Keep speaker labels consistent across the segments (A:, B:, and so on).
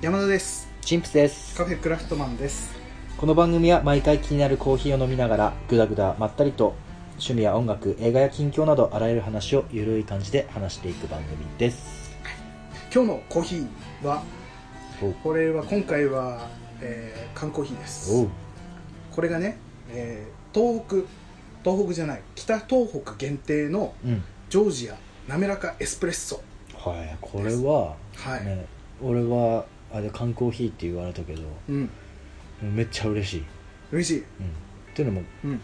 A: 山田です
B: チンプスです
A: カフェクラフトマンです
B: この番組は毎回気になるコーヒーを飲みながらぐだぐだまったりと趣味や音楽映画や近況などあらゆる話をゆるい感じで話していく番組です
A: 今日のコーヒーは
B: おう
A: これは今回は、えー缶コーヒーです
B: おう
A: これがね、えー東北東北じゃない北東北限定の
B: うん
A: ジョージア滑らかエスプレッソ
B: はいこれは、
A: はい、
B: ね、俺はあれ缶コーヒーって言われたけど
A: うん
B: めっちゃ嬉しい、
A: 嬉しい
B: うん、っていうのも
A: うん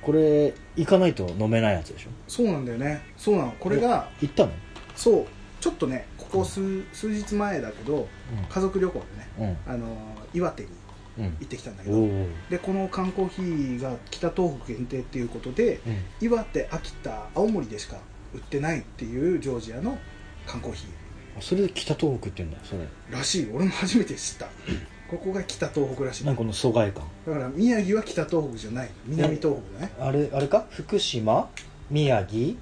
B: これ行かないと飲めないやつでしょ
A: そうなんだよねそうなのこれが
B: 行ったの
A: そうちょっとねここ数数日前だけど家族旅行でね
B: うん
A: あのー岩手に
B: うん
A: 行ってきたんだけ
B: うんお
A: ど
B: う
A: でこの缶コーヒーが北東北限定っていうことで
B: うん
A: 岩手秋田青森でしか売ってないっていうジョージアの缶コーヒ
B: それで北東北って言うんだそれ
A: ーらしい俺も初めて知っ たここが北東北らしい
B: なん
A: だ
B: かこの疎外感
A: から宮城は北東北じゃない南東北だね、
B: あれあれか福島宮城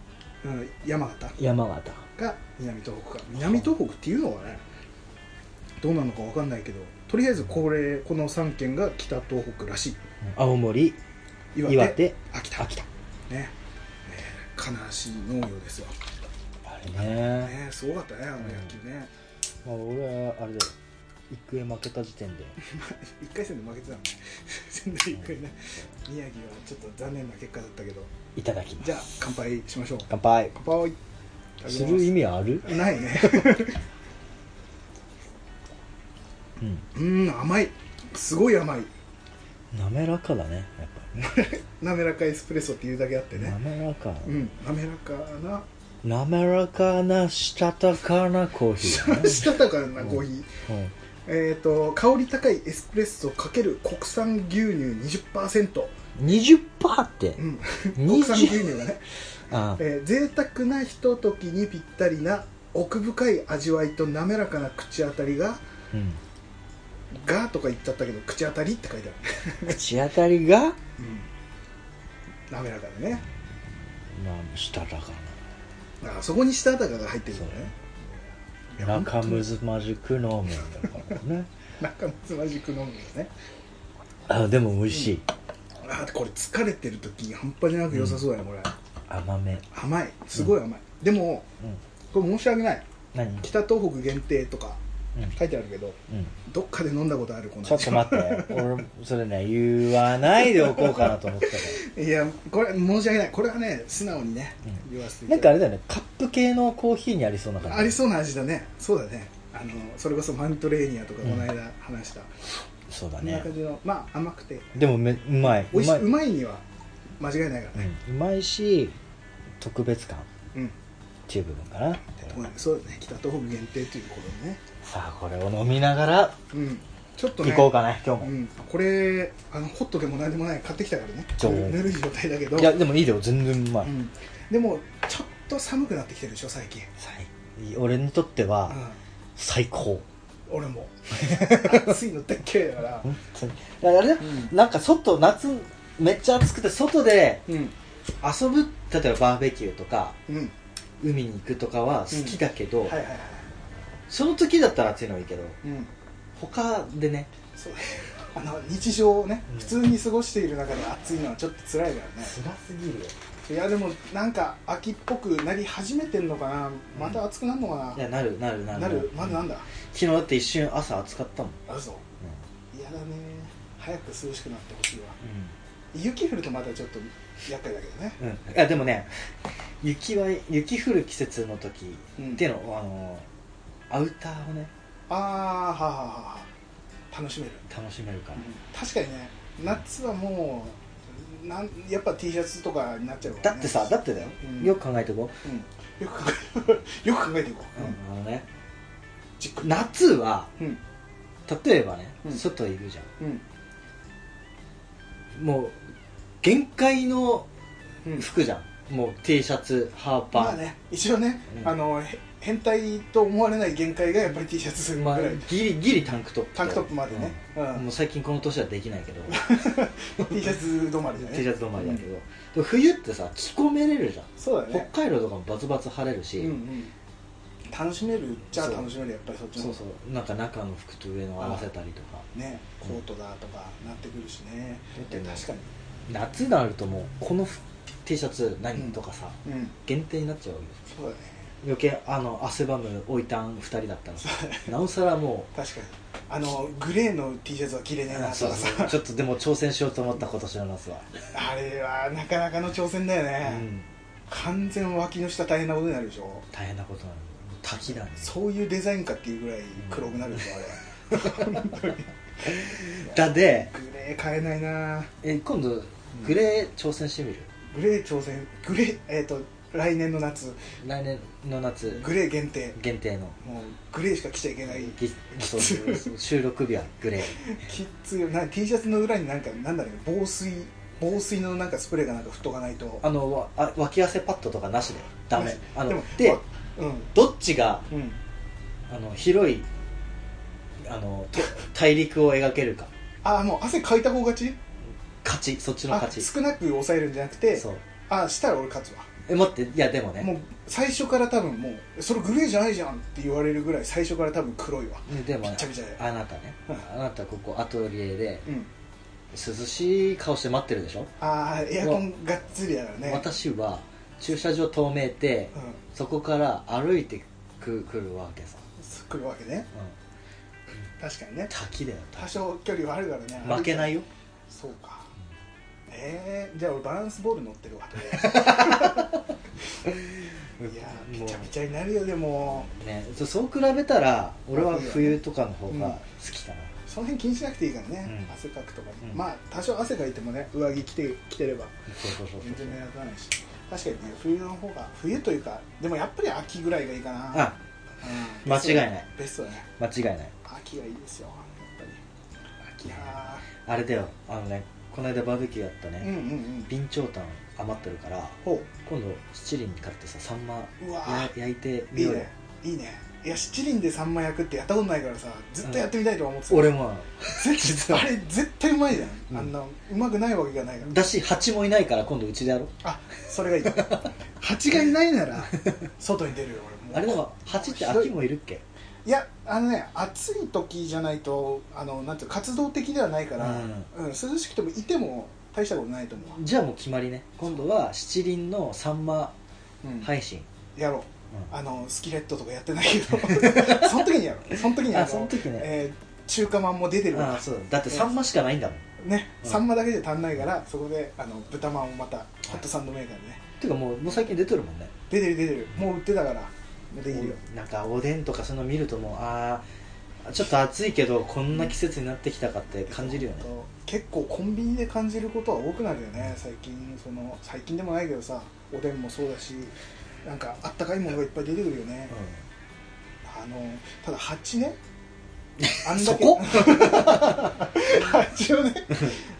A: うん、山形
B: 山形
A: が南東北か南東北っていうのはねどうなのかわかんないけどとりあえずこれこの3県が北東北らしい
B: 青森
A: 岩
B: 岩
A: 手
B: 手
A: 秋田
B: 秋田
A: ね、えー、悲しい農業ですよ、
B: あれね、
A: ね、すごかったねあの野球ね、
B: まあ、俺はあれだよ育英負けた時点で
A: 一回戦で負けてたもんね 仙台育英ね宮城はちょっと残念な結果だったけど
B: いただきます
A: じゃあ乾杯しましょう
B: 乾杯
A: 乾杯
B: する意味ある
A: ないね
B: うん
A: うん甘いすごい甘い
B: 滑らかだねやっ
A: 滑らかエスプレッソっていうだけあって
B: ぱ
A: ね、
B: 滑らか、
A: うん滑らかな
B: 滑らかなしたたかなコーヒーだね
A: したたかなコーヒー、
B: うん
A: えっ、と香り高いエスプレッソ×国産牛乳20%、
B: 20%って
A: うん、国産牛
B: 20
A: 乳がね、
B: あ
A: えー、贅沢なひとときにぴったりな奥深い味わいと滑らかな口当たりが
B: うん
A: 「が」とか言っちゃったけど口当たりって書いてある、
B: 口当たりがま
A: うん、滑らかでね
B: あしたたか
A: あそこにしたたかが入ってるんだねいや
B: な中
A: 本当
B: む
A: に
B: ずまじく飲むんだからね
A: 中むつまじく飲むんだね
B: あでも美味しい
A: あーこれ疲れてる時に半端じゃなく良さそうだね、これ
B: 甘め
A: 甘いすごい甘い、でも
B: うん
A: これ申し訳ない
B: 何うん
A: 北東北限定とか書いてあるけど
B: うん
A: どっかで飲んだことあるこの
B: ちょっと待っ て俺それね言わないでおこうかなと思ったか
A: いやこれ申し訳ないこれはね素直にね、言わせてい
B: らな
A: た
B: んか
A: だ
B: あ
A: い
B: れだよねカップ系のコーヒーにありそうな感
A: て
B: じ
A: ありそうな味だねそうだねあのそれこそマントレーニアとか
B: うん
A: この間話した、
B: そうだ
A: こんな
B: ね
A: 感じのまあ甘くて
B: でもめうまいう
A: 美味し
B: ま
A: い
B: いう
A: まいには間違いないからね
B: うんうまいし特別感っ
A: うん、
B: ていう部分かな
A: ごめんそうだね北東北限定ということでね
B: さあこれを飲みながら
A: うんちょっとね
B: 行こうかな今日も
A: ん、これあのホットでも何でもない買ってきたからね
B: そう
A: ぬるい状態だけど
B: いやでもいいだよ全然うま
A: う
B: い
A: ん、でもちょっと寒くなってきてるでしょ最近、
B: 最俺にとって
A: う
B: は
A: ん、
B: 最高
A: 俺 も暑いの大嫌いだから
B: 本当にだからあれだなんか外夏めっちゃ暑くて外で
A: うん
B: 遊ぶ例えばバーベキューとか
A: うん
B: 海に行くとかは好きだけど、
A: はいはいはい
B: その時だったら暑いのはいいけど
A: うん
B: 他でね
A: そうあの日常をね
B: うん
A: 普通に過ごしている中で暑いのはちょっと辛いからね
B: 辛すぎるよ
A: いやでもなんか秋っぽくなり始めてんのかなまた暑くなるのか
B: い
A: な、
B: やなるなるなる
A: なるまだなん
B: だ
A: だ
B: 昨日だって一瞬朝暑かったもん、
A: あそう嫌だね早く涼しくなってほしいわ
B: う
A: 雪降るとまたちょっと厄介だけどね
B: んうんいやでもね雪は雪降る季節の時、
A: うん
B: っていうのをあのアウターをね
A: ああはあはあはあ楽しめる
B: 楽しめるから、
A: 確かにね夏はもうなんやっぱ T シャツとかになっちゃうから
B: だ
A: ね、
B: ってさだってだよ、
A: うん
B: よく考えてこ
A: うん、よく考えよく考えていこ
B: う、
A: う、うん
B: あのね
A: じっくり
B: 夏は
A: うん
B: 例えばね、
A: うん
B: 外いるじゃ
A: うん
B: んもう限界の
A: うん
B: 服じゃんもう T シャツハーパー、
A: まあね一応ね、
B: うん
A: あのへ変態と思われない限界がやっぱり T シャツぐ
B: まあ
A: らい、
B: ギリギリタンクトップ
A: タンクトップまでね、う
B: うんも
A: ん
B: う最近この年はできない けど
A: T シャツ止まりだね
B: T シャツ止まりだけど、でも冬ってさ着込めれるじゃん
A: そうだね
B: 北海道とかもバツバツ晴れるし、
A: うんうん楽しめるっちゃ楽しめるやっぱりそっちの
B: そうそうなんか中の服と上の合わせたりとか
A: ねコートだとかなってくるしね、
B: うん
A: で確かに
B: 夏になるともうこの服 T シャツ何とかさ、
A: うん
B: 限定になっちゃうわけです
A: そうだね
B: 余計あの汗ばむおいたん2人だった らさなおさらもう
A: 確かにあのグレーの T シャツは着れねえなと
B: そう
A: か
B: そ
A: さ
B: うちょっとでも挑戦しようと思った今年の夏は、
A: あれはなかなかの挑戦だよ
B: う
A: ね、
B: ん、
A: 完全脇の下大変なことになるでしょ
B: 大変なことなの滝だね
A: そういうデザインかっていうぐらい黒くなるでしょあ
B: だ
A: れ
B: で
A: グレー買えないな
B: え今度グレー挑戦してみる、
A: グレー挑戦グレーえっ、と来年の夏
B: 来年の夏
A: グレー限定
B: 限定の
A: もうグレーしか着ちゃいけない
B: ぎそうそうそう収録日はグレ ー
A: きっついよな T シャツの裏になんかなんだろうね防水防水のなんかスプレーがなんか振っとかないと
B: あのわあ脇汗パッドとかなしでダメあの
A: でも
B: で
A: わう
B: どっちが
A: んうん
B: あの広いあのと大陸を描けるか
A: あもう汗かいた方勝ち
B: 勝ちそっちの
A: あ
B: 勝ち
A: 少なく抑えるんじゃなくて
B: そう
A: あしたら俺勝つわ
B: え待っていやでもね
A: もう最初から多分もうそれグレーじゃないじゃんって言われるぐらい最初から多分黒いわ
B: ねでも
A: びっちゃびちゃだよ
B: あなたね、
A: うん
B: あなたここアトリエで
A: うん
B: 涼しい顔して待ってるでしょ、
A: ああエアコンがっつりやからね
B: 私は駐車場透明て、
A: うん
B: そこから歩いてくくるわけさ、
A: 来るわけね
B: うん、
A: 確かにね
B: 滝だよ
A: 多少距離はあるからね
B: 滝負けないよ
A: そうかえー、じゃあ俺バランスボール乗って るわいやーピ
B: もう
A: チャピチャになるよでも
B: ね、そそう比べたら俺は冬とかの方が好きだな、
A: その辺気にしなくていいからね、
B: うん
A: 汗かくとか、
B: うん
A: まあ多少汗かいてもね上着着て着てれば
B: そうそうそう
A: 全
B: そう
A: 然目立たないし確かにね冬の方が冬というかでもやっぱり秋ぐらいがいいかな
B: あ
A: うん
B: 間違いない
A: ベストだね
B: 間違いない
A: 秋がいいですよやっぱり秋は
B: あれだよあのねこの間バーベキューやった
A: うんうん
B: ね、
A: うん
B: 備長炭余ってるから
A: ほ
B: 今度七輪買ってさサンマ
A: ううわ
B: や
A: ー
B: 焼いてみ
A: いい
B: ようよ
A: ねいいねいや七輪でサンマ焼くってやったことないからさずっとやってみたいとは思ってた、
B: 俺も
A: 絶対あれ絶対うまいじゃん、
B: うん
A: あんなうまくないわけがないから
B: だし蜂もいないから今度うちでやろう
A: あそれがいい 蜂がいないなら外に出るよ俺もう
B: あれでも蜂って秋もいるっけ
A: いやあのね暑い時じゃないとあのなんていうの活動的ではないから、
B: うん
A: うん涼しくてもいても大したことないと思うわ、
B: じゃあもう決まりね今度は七輪のサンマ
A: うん
B: 配信、
A: やろう
B: うん
A: あのスキレットとかやってないけ どその時にやろうその時に
B: あ
A: あの
B: その時ね
A: えー中華まんも出てるか
B: ああ
A: ら
B: そうだだってサンマしかないんだもん、
A: ね、
B: うん
A: サンマだけじゃ足んないからそこであの豚まんをまたホットサンドメーカーでね
B: ていうかもうもう最近出てるもんね
A: 出てる出てるもう売ってたからできるよ
B: なんかおでんとかそういうの見るともうああちょっと暑いけどこんな季節になってきたかって感じるよね
A: 結構コンビニで感じることは多くなるよね最近その最近でもないけどさおでんもそうだしなんかあったかいものがいっぱい出てくるよね、あのただ蜂 ねあ
B: そこ
A: 蜂をね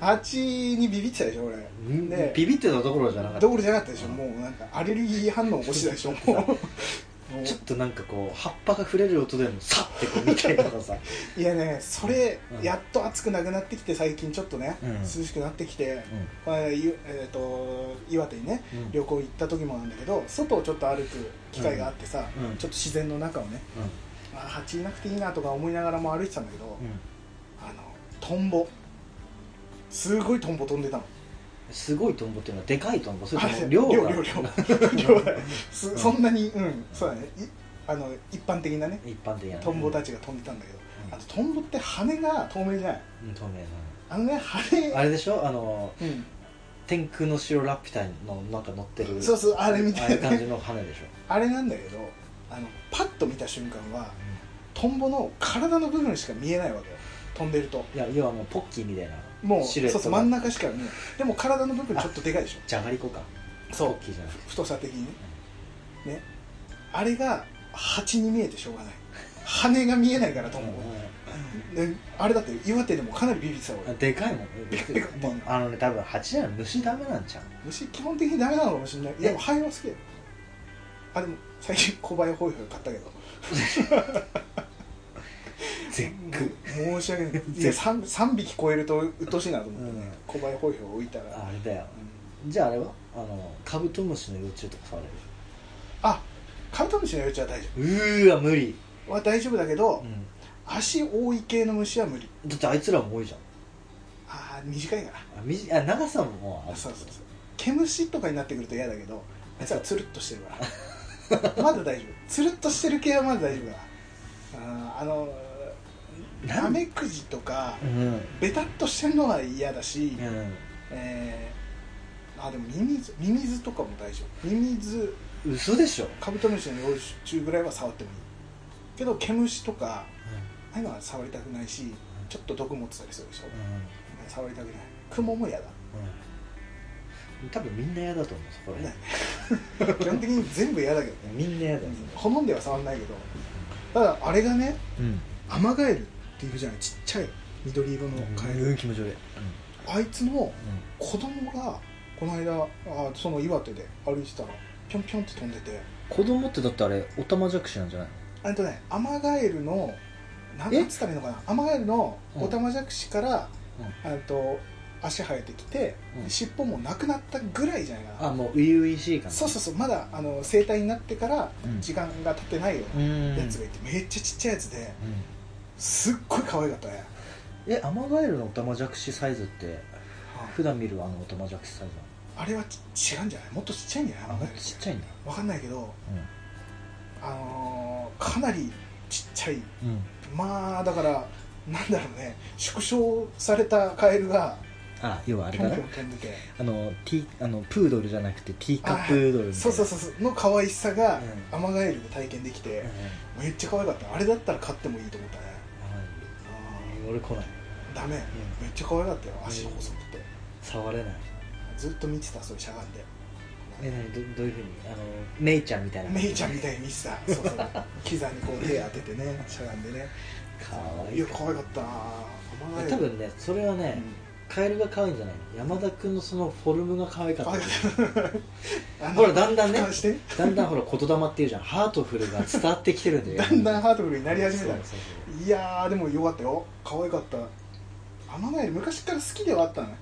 A: 蜂にビビってたでしょ俺
B: うん
A: で
B: ビビってたところじゃなかった
A: どころじゃなかったでしょもうなんかアレルギー反応起こしてたでしょもうも
B: ちょっとなんかこう葉っぱが触れる音でもサッてこう見たりとか さ
A: ういやねそれ、
B: うん
A: やっと暑くなくなってきて最近ちょっとね、
B: うん
A: 涼しくなってきて、
B: うん
A: まあゆえー、と岩手にね
B: うん
A: 旅行行った時もなんだけど外をちょっと歩く機会があってさ、
B: うん
A: ちょっと自然の中をね
B: う
A: あー蜂いなくていいなとか思いながらも歩いてたんだけど、
B: んうん
A: あのトンボすごいトンボ飛んでたの
B: すごいトンボっていうのはでかいトンボそれと
A: あ
B: も
A: 量
B: 量
A: 量
B: が
A: 量量だよす
B: うん
A: そんなにうんそうだねいあの一般的なね
B: 一般的な
A: トンボたちが飛んでたんだけど、
B: うん
A: あとトンボって羽が透明じゃない
B: うん透明
A: あのね羽
B: なあれでしょあの
A: うん、
B: 天空の城ラピュタのなんか乗ってる
A: そうそうあれみた
B: ああいう
A: いな
B: 感
A: ね
B: じの羽でしょ
A: あれなんだけどあのパッと見た瞬間はトンボの体の部分しか見えないわけよ飛んでると
B: いや要はもうポッキーみたいな
A: もう
B: シルエッ
A: そ
B: ト
A: う
B: が
A: そう真ん中しか見えないでも体の部分ちょっとでかいでし
B: じゃがりこか
A: ょそ
B: ポ
A: う
B: ッキーじゃなくて
A: 太さ的にねねあれが蜂に見えてしょうがない羽が見えないからトンボ、であれだって岩手でもかなりビビってた
B: あ
A: 俺
B: でかいもん
A: でかい
B: もうあのね多分蜂じゃない虫ダメなんちゃう
A: 虫基本的にダメなのかもしれないいやでも灰は好きだよあでも最近小林ホイホイ買ったけど
B: 絶
A: 申し訳 ないいや 3, 3匹超えると鬱陶しいなと思って、
B: うん
A: 小林ホイホイ置いたら
B: あれだよ
A: うん
B: じゃああれはあのカブトムシの幼虫とか触れる
A: あカブトムシの幼虫は大丈
B: うーわ無理、
A: 夫は大丈夫だけど、
B: う
A: 足多い系の虫は無理
B: ん、だってあいつらも多いじゃん
A: ああ短いから
B: あみじあ長さももうある
A: そうそうそう毛虫とかになってくると嫌だけどあいつはつるっとしてるから まだ大丈夫つるっとしてる系はまだ大丈夫だあーあの
B: なん
A: ナメクジとか
B: うん、うん
A: ベタっとしてるのは嫌だし、えーあでもミミズミミズとかも大丈夫ミミズ
B: 嘘でしょ、
A: カブトムシの幼虫ぐらいは触ってもいいけど毛虫とかああいうのは触りたくないしちょっと毒持ってたりするでしょ
B: うんうん
A: 触りたくないクモも嫌だ
B: うん、多分みんな嫌だと思うそこら
A: ね
B: 辺
A: 基本的に全部嫌だけどね
B: みんな嫌だよ
A: 好んでは触んないけどただあれがね
B: うん、
C: アマガエルっているじゃないちっちゃい緑色のカエル、
B: うん、気持ち悪い、うん
A: あいつの子供がこの間あその岩手で歩いてたらぴょんぴょんって飛んでて
B: 子供ってだってあれオタマジャクシなんじゃない
A: あれとねアマガエルの何て言ったらいいのかなアマガエルの
B: うん
A: オタマジャクシから、えっと足生えてきて、
B: うん
A: 尻尾もなくなったぐらいじゃないかな
B: のあもう初々しい感じ
A: そうそうそうまだあの生体になってから
B: うん
A: 時間が経ってないよう
B: うん
A: なやつがいて、めっちゃちっちゃいやつですっごい可愛かったね、
B: えアマガエルのオタマジャクシサイズって普段見るあのオタマジャクシサイズ
A: あれはち違うんじゃないもっとちっちゃいんじゃない
B: なの
A: アマ
B: あ
A: ガ
B: も
A: エ
B: っ
A: ル
B: とちっちゃいんだ
A: わかんないけどあのーかなりちっちゃい
B: うん、うん、
A: まあだからなんだろうね縮小されたカエルが
B: あ要はあれ
A: ぴょ
B: か
A: んぴ
B: な
A: ょん飛んでて
B: あのティあのプードルじゃなくてティーカップードルみたいな
A: そうそうそうそうの可愛さが
B: う
A: アマガエルで体験できて
B: ん、
A: めっちゃ可愛かったあれだったら飼ってもいいと思ったね
B: あ
A: あ
B: 俺来ない
A: ーダメめっちゃ可愛かったよ足細くて
B: 触れない
A: ずっと見てたそれしゃがんで
B: え何どどういうふうにあのメイちゃんみたいな
A: メイちゃんみたいに見てた そうそう膝にこう手当ててねしゃがんでね
B: かわい
A: い
B: い
A: や可愛かったなアマガエル
B: 多分ねそれはね、
A: うん
B: カエルが可愛いんじゃない山田君のそのフォルムが可愛かった
A: 可愛か った
B: ほらだんだんね
A: 俯瞰して
B: だんだんほら言霊っていうじゃんハートフルが伝わってきてるんだよ
A: だんだんハートフルになり始
B: そう
A: め
B: そう
A: たいやーでもよかったよ可愛かったアマガエル昔から好きではあったのよ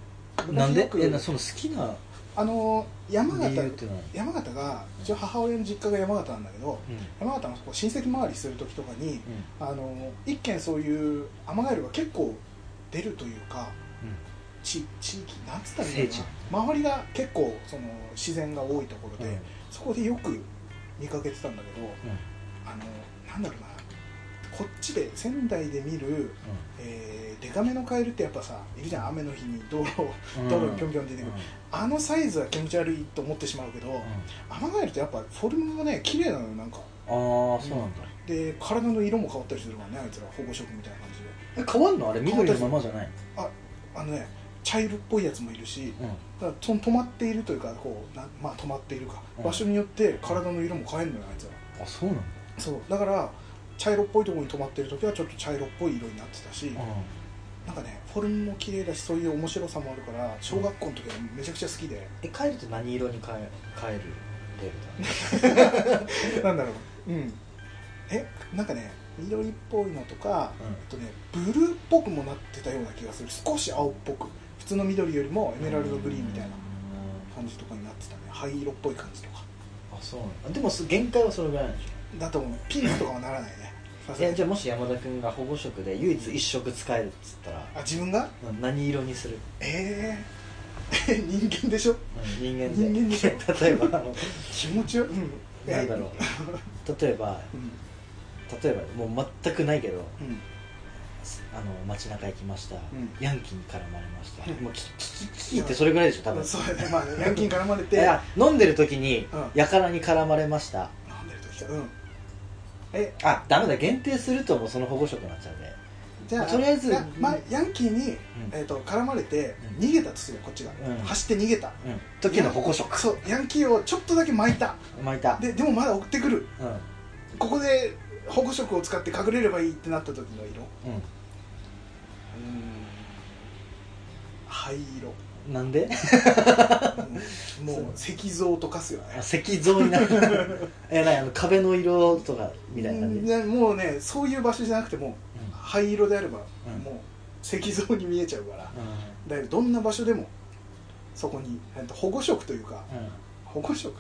B: そうなんで
A: 昔
B: え
A: よ
B: な
A: く
B: その好きな
A: あのー山
B: 理由っ
A: 形
B: ていうのは
A: 山形が一応母親の実家が山形なんだけど山形のこう親戚回りする時とかに
B: うん
A: あのー一軒そういうアマガエルが結構出るというか
B: う
A: 地地域なんつったらいいの
B: 聖地
A: かな周りが結構その自然が多いところで、
B: んうん
A: そこでよく見かけてたんだけど、あのなんだろうなこっちで仙台で見る、えーデカめのカエルってやっぱさいるじゃん雨の日に道路を
B: うん
A: 道路にぴょんぴょん出てくる、
B: うん
A: あのサイズは気持ち悪いと思ってしまうけど、アマガエルってやっぱフォルムがね綺麗なのよなんか
B: ああそうなんだ
A: で体の色も変わったりするからねあいつら保護色みたいな感じで
B: え変わんのあれ緑のままじゃない
A: あのね茶色っぽいやつもいるし
B: うん
A: ただその止まっているというかこうなまあ止まっているか、
B: うん
A: 場所によって体の色も変えるのよあいつら
B: あそうなんだ
A: そうだから茶色っぽいところに止まってる時はちょっと茶色っぽい色になってたし、なんかねフォルムも綺麗だしそういう面白さもあるから小学校の時はめちゃくちゃ好きで、
B: えカエルって何色に変え変えるレベルだ
A: なんだろううんえなんかね緑っぽいのとか、
B: うん
A: あとねブルーっぽくもなってたような気がする少し青っぽく普通の緑よりもエメラルドグリーンみたいな感じとかになってたね灰色っぽい感じとか
B: あそうなんだでもす限界はそれぐらいなんでしょ
A: だと思うピンクとかはならないねさす
B: い
A: が
B: や
A: に
B: じゃあもし山田君が保護色で唯一一色使えるっつったら
A: あ自分が
B: な何色にする、
A: えー、 え人間でしょ
B: 人間で
A: 人間でしょ
B: 例えば あの
A: 気持ちよ、うん、
B: なんだろう例えば
A: う、うん
B: 例えばもう全くないけど
A: うん、
B: あの街中行きました、
A: ん
B: ヤンキーに絡まれました、
A: うん
B: もうキキキキキってそれぐらいでしょ多分
A: そうやねまあねヤンキーに絡まれ
B: い
A: て
B: や飲んでる時に、
A: うん
B: やからに絡まれました
A: 飲んでる時かうんえ
B: あダメだ限定するともうその保護色になっちゃうんで
A: じゃあ
B: とりあえず
A: いやまあ、ヤンキーに、えー、と絡まれて逃げたとするよこっちが、
B: うん
A: 走って逃げた
B: うん時の保護色
A: そうヤンキーをちょっとだけ巻いた
B: 巻いた
A: ででもまだ追ってくる
B: うんうん
A: ここで保護色を使って隠れればいいってなった時の色灰色、
B: なんで
A: うんもう石像と化すよね
B: あ石像になる えなんかあの壁の色とかみたいな感じ、
A: うんねもうねそういう場所じゃなくても
B: うん
A: 灰色であれば、
B: うん
A: もう石像に見えちゃうからだからどんな場所でもそこにえっと保護色というか
B: うん
A: 保護色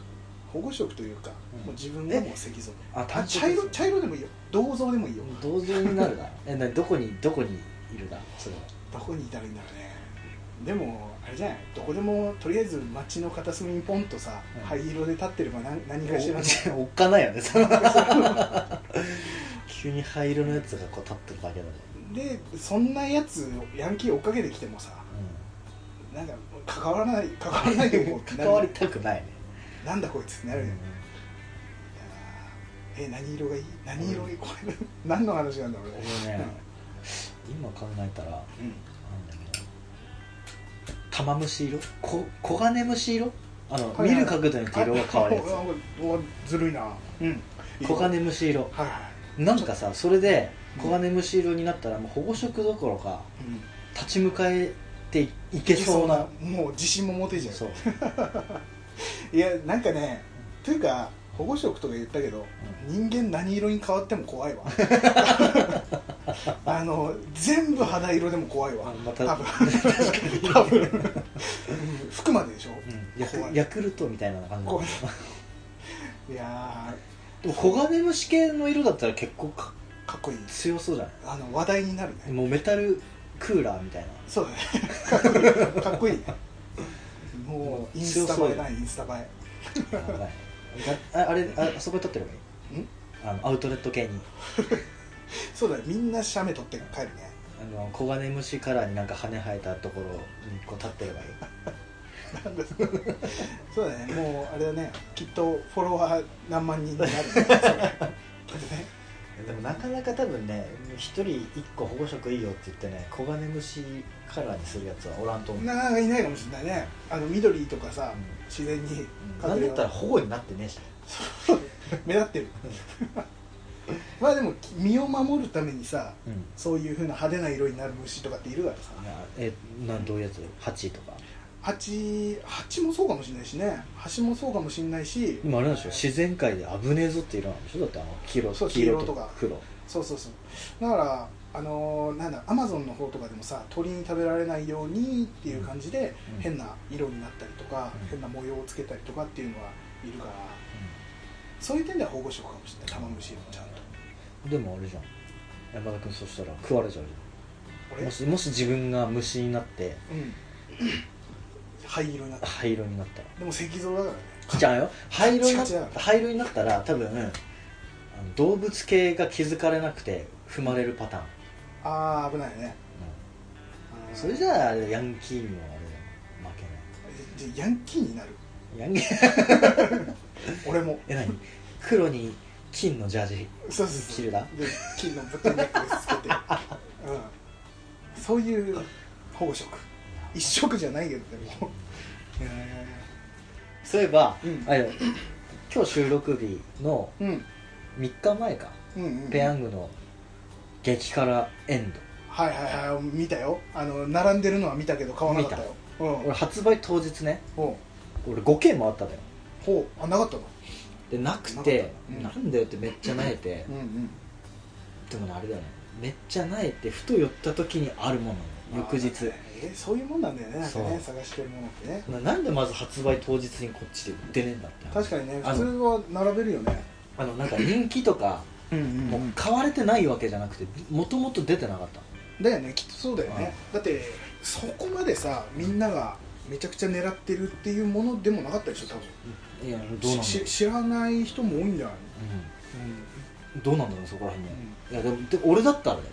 A: 保護色というか、
B: うん
A: もう自分がもう石像
B: あ
A: あ茶色
B: 色
A: 茶色でもいいよ銅像でもいいよ、
B: 銅像になるなえなどこにどこにいるなそれは
A: どこにいたらいいんだろうねでもあれじゃないどこでもとりあえず街の片隅にポンとさ、
B: うん
A: 灰色で立ってれば何何かしらの
B: おおっかないよねその急に灰色のやつがこう立ってるだけだね、
A: でそんなやつヤンキー追っかけてきてもさなんか関わらない関わらないで も
B: 関わりたくないね
A: なんだこいつってなるよね、え何色がいい何色がいいこれ何の話なんだろう
B: 俺
A: ね
B: ね今考えたらなんだ
A: うん
B: けど玉虫色こ黄金虫色あの、
A: はいはい
B: 見る角度によって色が変わるや
A: ああ
C: うわずるいな
A: うんいい
B: つ
A: よ
B: 黄金虫色
A: はいはい
B: なんかさそれで
A: うん
B: 黄金虫色になったらもう保護色どころか
A: うん
B: 立ち向かえていけそうな
A: もう自信も持てじゃん
B: そう、
A: いやなんかねというか保護色とか言ったけど、人間何色に変わっても 怖いわあの全部肌色でも怖いわ、
B: あまた
A: 多分多分うん服まででしょ、
B: うん、ヤ
A: 怖
B: ク
A: い
B: ヤクルトみたいな感じなの
A: 怖いいや
B: でも黄金虫系の色だったら結構か
A: ーかっこいい
B: 強そうじゃな
A: あの話題になる
B: い
A: ね
B: もうメタルクーラーみたいな
A: そうだ ねかっこいいかっこいいねもうインスタ映えだインスタ映
B: やばいああれああそこに立ってればいい
A: え
B: あのアウトレット系に
A: えそうだねみんな写メ撮って帰るね
B: あの黄金虫カラーになんか羽生えたところにこう立ってればいい
A: なんだそれそうだねもうあれだねきっとフォロワー何万人になるねそれきっとね
B: でもなかなか多分ね一人一個保護色いいよって言ってね黄金虫カラーにするやつはおらんと思う
A: なかなかいないかもしれないねあの緑とかさ、
B: う
A: 自然に
B: んなんだったら保護になってねえし
A: 目立ってるまあでも身を守るためにさ
B: うん
A: そういうふうな派手な色になる虫とかっているからさ
B: えなんどういうやつ8とか
A: 蜂蜂もそうかもしれないしね蜂もそうかもしれないし
B: でもあれなんでしょ自然界で危ねえぞって色なんでしょだってあの黄色
A: そう
B: 黄
A: 黄
B: 色
A: 色
B: と
A: とか
B: 黒
A: そうそうそうだからあのーなんだアマゾンの方とかでもさ鳥に食べられないようにっていう感じで、
B: うん
A: 変な色になったりとか、
B: うん
A: 変な模様をつけたりとかっていうのはいるからそういう点では保護色かもしれない玉虫色もちゃんと
B: でもあれじゃん山田君そしたら食われちゃうじゃん
A: 俺
B: もしもし自分が虫になって
A: うん灰色になった
B: 灰色になったら
A: でも石像だからね
B: じゃあよ灰色にな
A: 違う違う
B: 灰色になったら多分あの動物系が気づかれなくて踏まれるパターン、
A: ああ危ないね
B: うんそれじゃあヤンキーにもあれだ負けな
A: じゃあヤンキーになる
B: いヤンキー
A: 俺も
B: え何黒に金のジャージ
A: そうそうそう
B: 着るな
A: で金のブッネックレスつけて、うん、そういう宝飾一色じゃないけどでもへ
B: そういえば、
A: うん
B: あれ今日収録日の
A: ーうん
B: 3日前か、
A: うんうん
B: ペヤングの激辛エン
A: はいはいはい見たよあの並んでるのは見たけど買わなかったよう
B: ド
A: ん
B: 俺発売当日ね
A: ほ
B: 俺5件回ったのよ
A: うほうあなかったの
B: でなくて
A: な
B: な
A: かった
B: んだよってめっちゃ萎えて、
A: んうん
B: でもねあれだよねめっちゃ萎えてふと寄った時にあるものなの翌日
A: えーそういうもんなんだよねなんか
B: そう
A: ね探してるものってね
B: ななんでまず発売当日にこっちで売ってねえんだって
A: 確かにね
B: あ
A: 普
B: の
A: 通は並べるよね
B: あのなんか人気とか
A: うん
B: もう買われてないわけじゃなくてもともと出てなかった
A: だよねきっとそうだよねだってそこまでさみんながめちゃくちゃ狙ってるっていうものでもなかったでしょ多分
B: いやどうなんだろう
A: し知らない人も多いんじゃない
B: うんどうなんだろうそこら辺はいやでもで俺だったらだよ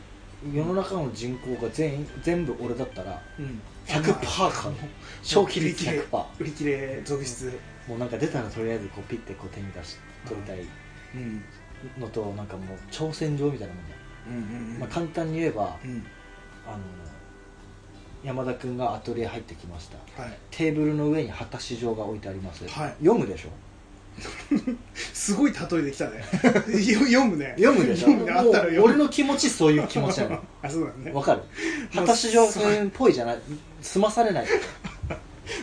B: 世の中の人口が全員全部俺だったら
A: うん、うん、
B: 100%かも正気率
A: 売り
B: 100%
A: 切れ売り切れ続出
B: もうなんか出たらとりあえずこうピッてこう手に出し取りたい
A: うん
B: のとなんかもう挑戦状みたいなもんじ
A: うんうん
B: ゃん、
A: ま
B: ま
A: あ
B: あ、簡単に言えば
A: うん
B: あの山田君がアトリエ入ってきました
A: はい
B: テーブルの上に果たし状が置いてあります、
A: はい
B: 読むでしょ
A: すごい例えできたねよ読むね
B: 読むでしょ
A: 読むねあったら読む
B: もう俺の気持ちそういう気持ちなの
A: あそうだね
B: わかる
A: まあ
B: 果たし状君っぽいじゃない済まされない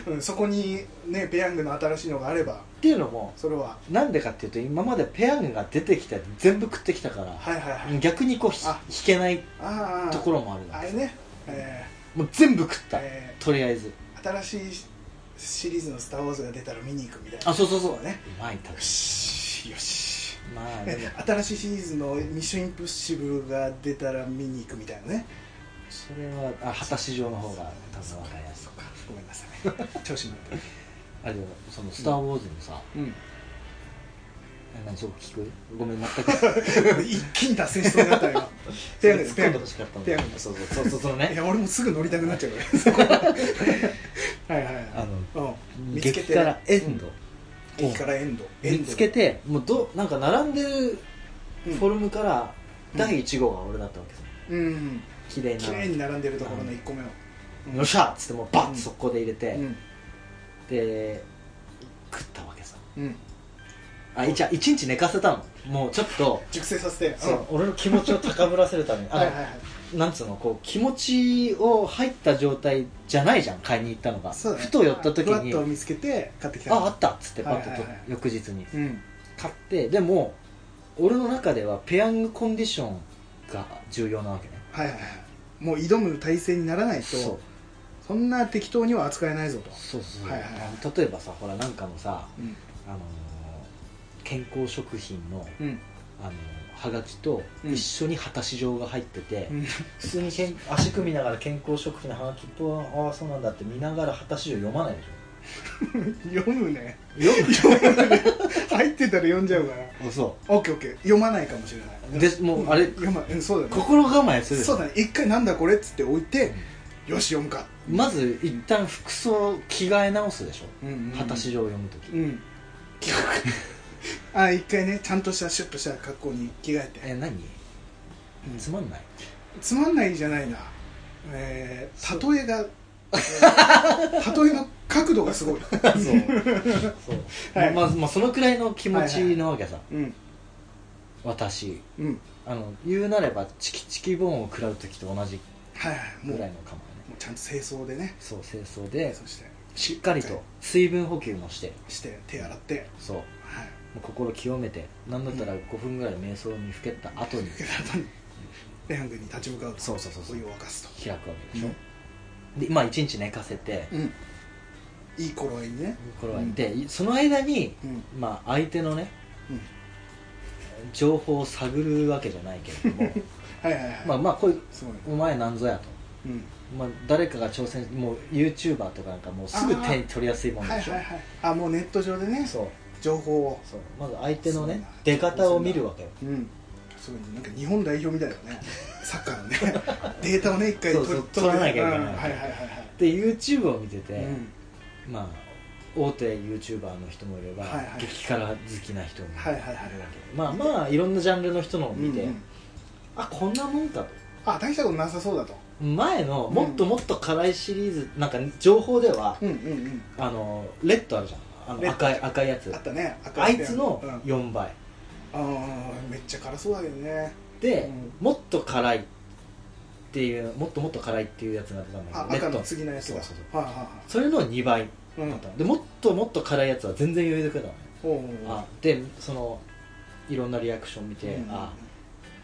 A: うん、そこにねペヤングの新しいのがあれば
B: っていうのも
A: それは
B: なんでかっていうと今までペヤングが出てきて全部食ってきたから、
A: はいはいはい
B: 逆にこうひ
A: あ
B: 引けない
A: ああ
B: ところもある
A: あ
B: な
A: れねえ
B: もう全部食っ
A: ー
B: た、
A: え
B: とりあえず
A: ー、新しいシリーズの「スター・ウォーズ」が出たら見に行くみたいな
B: あそうそうそう
A: そうね
B: うまいた
A: よしよし
B: まあでも
A: 新しいシリーズの「ミッション・インプッシブル」が出たら見に行くみたいなね
B: それはあ果たし状の方が多分わかりやすい
A: そうかごめんなさ い調子に乗って
B: あでもその「スター・ウォーズ」もさ、
A: うん
B: え何そこ聞くごめん全く
A: 一気に脱線しそうになったよ
B: そ
A: 手
B: れ
A: 挙げ
B: 突
A: て
B: っ
A: 手
B: 込んで
A: 挙
B: ほしかったん
A: 手
B: だ
A: 挙げ
B: けど
A: て
B: そうそうそうそうその
A: げてい
B: ね
A: や俺もすぐ乗りたくなっちゃう からそこ はいはい
B: あ
A: は
B: の
A: いうん見つけ
B: 激
A: て
B: 辛エンド
A: 激辛エンドエンド
B: 見つけてもうどなんか並んでるフ
A: うん
B: ォルムから
A: うん
B: 第1号が俺だったわけさ
A: うん
B: 綺麗
A: 綺
B: な
A: 麗に並んでるところの1個目を
B: 「よっしゃ!」っつってもうバ
A: う
B: ッ
A: ん
B: 速攻で入れて、
A: うん
B: で食ったわけさ
A: うん
B: あいちゃ1日寝かせたのもうちょっと
A: 熟成させて
B: そう俺の気持ちを高ぶらせるために
A: うん
B: あ
A: はい
B: の
A: はいはい
B: なんつうのこう気持ちを入った状態じゃないじゃん買いに行ったのが、
A: そうだね
B: ふと寄った時
A: ふわっ
B: に
A: と見つけて買ってきた
B: ああったっつってパッとと、
A: はいはいはい
B: 翌日に
A: うん
B: 買ってでも俺の中ではペヤングコンディションが重要なわけね
A: はいはいはいもう挑む体制にならないと
B: そう
A: そんな適当には扱えないぞと
B: そうそう、
A: はいはいは
B: 例えばさほらなんかのさ、
A: うん
B: あのー健康食品の、
A: うん
B: あのーはがきと
A: うん
B: 一緒に果たし状が入ってて、
A: うん
B: 普通にけん足組みながら健康食品のはがきとああそうなんだって見ながら果たし状読まないでし
A: 読むね
B: ょ 読
A: 読むね入ってたら読んじゃうから
B: むそ
A: オッケーオッケー読まないかもしれな
B: う
A: い
B: でもうあれ
A: 読まうんそうだね
B: 心構えするでし
A: そ
B: ょ
A: うだね一回なんだこれっつって置いてよし読むか
B: まず一旦服装着替え直すでしょ、
A: うん
B: 果たし状を読む時、
A: うん あ一回ねちゃんとしたシュッとした格好に着替えて
B: え何
A: うん
B: つま んない
A: つまんないじゃないな、え
B: そ
A: ー、例えが例えの角度がすごい、
B: そうそう、
A: はい
B: まあまあまあそのくらいの気持ちなわけさ、
A: うん
B: 私
A: うん、
B: あの言うなればチキチキボーンを食らう時と同じ
A: はいはいも
B: ぐ
A: うも
B: らいうの構えね
A: ちゃんと清掃でね
B: そう清掃で
A: そして
B: しっかりと水分補給もして
A: して手洗って
B: そうも
A: はいう
B: 心清めてなんだったら5分ぐらい瞑想にふけった後に
A: 受けた後にペヤングに立ち向かうと
B: そうそうそうそう
A: お湯を沸かす
B: 開くわけでしょ、
A: うん
B: でまあ1日寝かせて
A: と、うん、いい頃合いにね
B: これはでその間に
A: うん
B: まあ相手のね、
A: うん
B: 情報を探るわけじゃないけれ ども
A: はいはいはい、
B: まあまあこれ
A: すごい、
B: お前なんぞやと、
A: うん、
B: まあ、誰かが挑戦もう YouTuber とかなんかもうすぐ手に取りやすいもん
A: は
B: で
A: い
B: し
A: は
B: ょ、
A: いはいあもうネット上でね
B: そう
A: 情報を
B: そうまず相手の
A: そう
B: ね
A: なんだ
B: 出方を見るわけよ
A: うんすごいねなんか日本代表みたいだね サッカーのねデータをね一回
B: そうそう取らなきゃいけない
A: うんはいはいはいはい
B: で YouTube を見てて、
A: うん
B: まあ大手 YouTuber の人もいれば、
A: はいはい
B: 激辛好きな人もいるわけ、
A: はいはいはい
B: まあまあいろんなジャンルの人のを見て、
A: うんうん
B: あこんなもんかと
A: あ大したことなさそうだと
B: 前の
A: うん
B: もっともっと辛いシリーズ、なんか情報では、
A: うんうん
B: あのレッドあるじゃんあ
A: レ
B: の
A: ッド
B: 赤い赤いやつ
A: うんあったね赤
B: あいつの
A: うんあ
B: 4倍、
A: ーめっちゃ辛そうだけどね
B: で、
A: うん
B: もっと辛いっていうもっともっと辛いっていうやつが出たんだ
A: あ
B: けどレ
A: 赤
B: ッド
A: の次のやつだ
B: そうそう
A: はいはいは
B: それの2倍
A: いうん
B: だったのでもっともっと辛いやつは全然余裕で食えたのね、
A: おうおうおう
B: あでそのいろんなリアクション見て、
A: うん
B: あ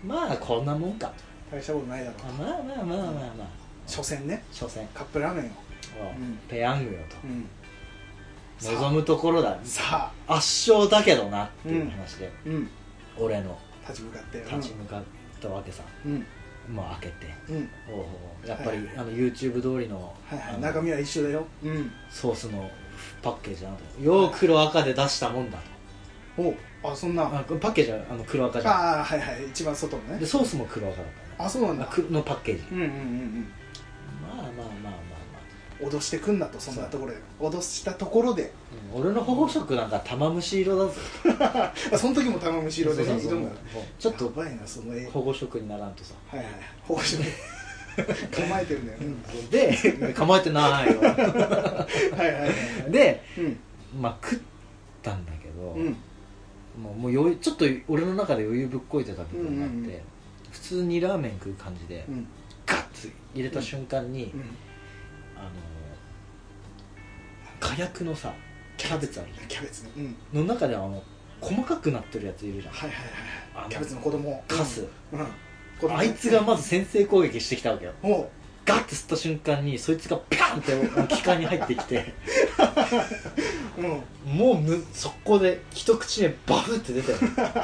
B: まあこんなもんか
A: 大したことないだろう
B: あまあまあまあまあまあ
A: 所詮ね
B: 所詮、
A: カップラーメンをん
B: ペヤングよと
A: うんさ
B: 望
A: あ
B: むところだ
A: さあ
B: 圧勝だけどなっていう話で、
A: うん
B: 俺の
A: 立ち向かって
B: 立ち向かったわけさ、
A: うん
B: もう開けて
A: うんうん
B: おうおうおうやっぱり、
A: はいはい
B: あの YouTube 通りの,、
A: はいは
B: あ
A: い
B: の
A: 中身は一緒だようん
B: ソースのパッケージだなとよう黒赤で出したもんだ
A: おうあそんな
B: とあパッケージはあの黒赤じゃ
A: ああはいはい一番外の
B: んで
A: ね
B: ソースも黒赤だったね
A: あそうなんだ
B: あくのパッケージ
A: うんうんうん
B: まあまあまあまあま
A: うん脅してくんなとそんなところで脅したところで
B: あ、うん俺の保護色なんか玉虫色だぞ
A: あその時も玉虫色でね
B: そうそうそう
A: 挑んだ
B: もうちょっ
A: や
B: と
A: ばいなその絵
B: 保護色にならんとさ
A: はいはい保護者 で構えてるんだよね
B: で 構えてないよ
A: はいはいはい
B: で
A: うん
B: まあ食ったんだけど、
A: うん
B: もうもう余裕ちょっと俺の中で余裕ぶっこいてた部分があって、
A: うんうんうん
B: 普通にラーメン食う感じで、
A: うん
B: ガッて入れた瞬間に、
A: うん
B: あの火薬のさキャベツあるじ
A: キャベツねうん
B: ゃんの中ではあの細かくなってるやついるじゃん
A: はいはいはい
B: あ
A: は
B: の
A: いキャベツの子供
B: カス、
A: うんうん子供
B: あいつがまず先制攻撃してきたわけよ
A: おう
B: ガッて吸った瞬間にそいつがパンってあの気管に入ってきて
A: うん
B: もうむ速攻で一口目バフって出たよ、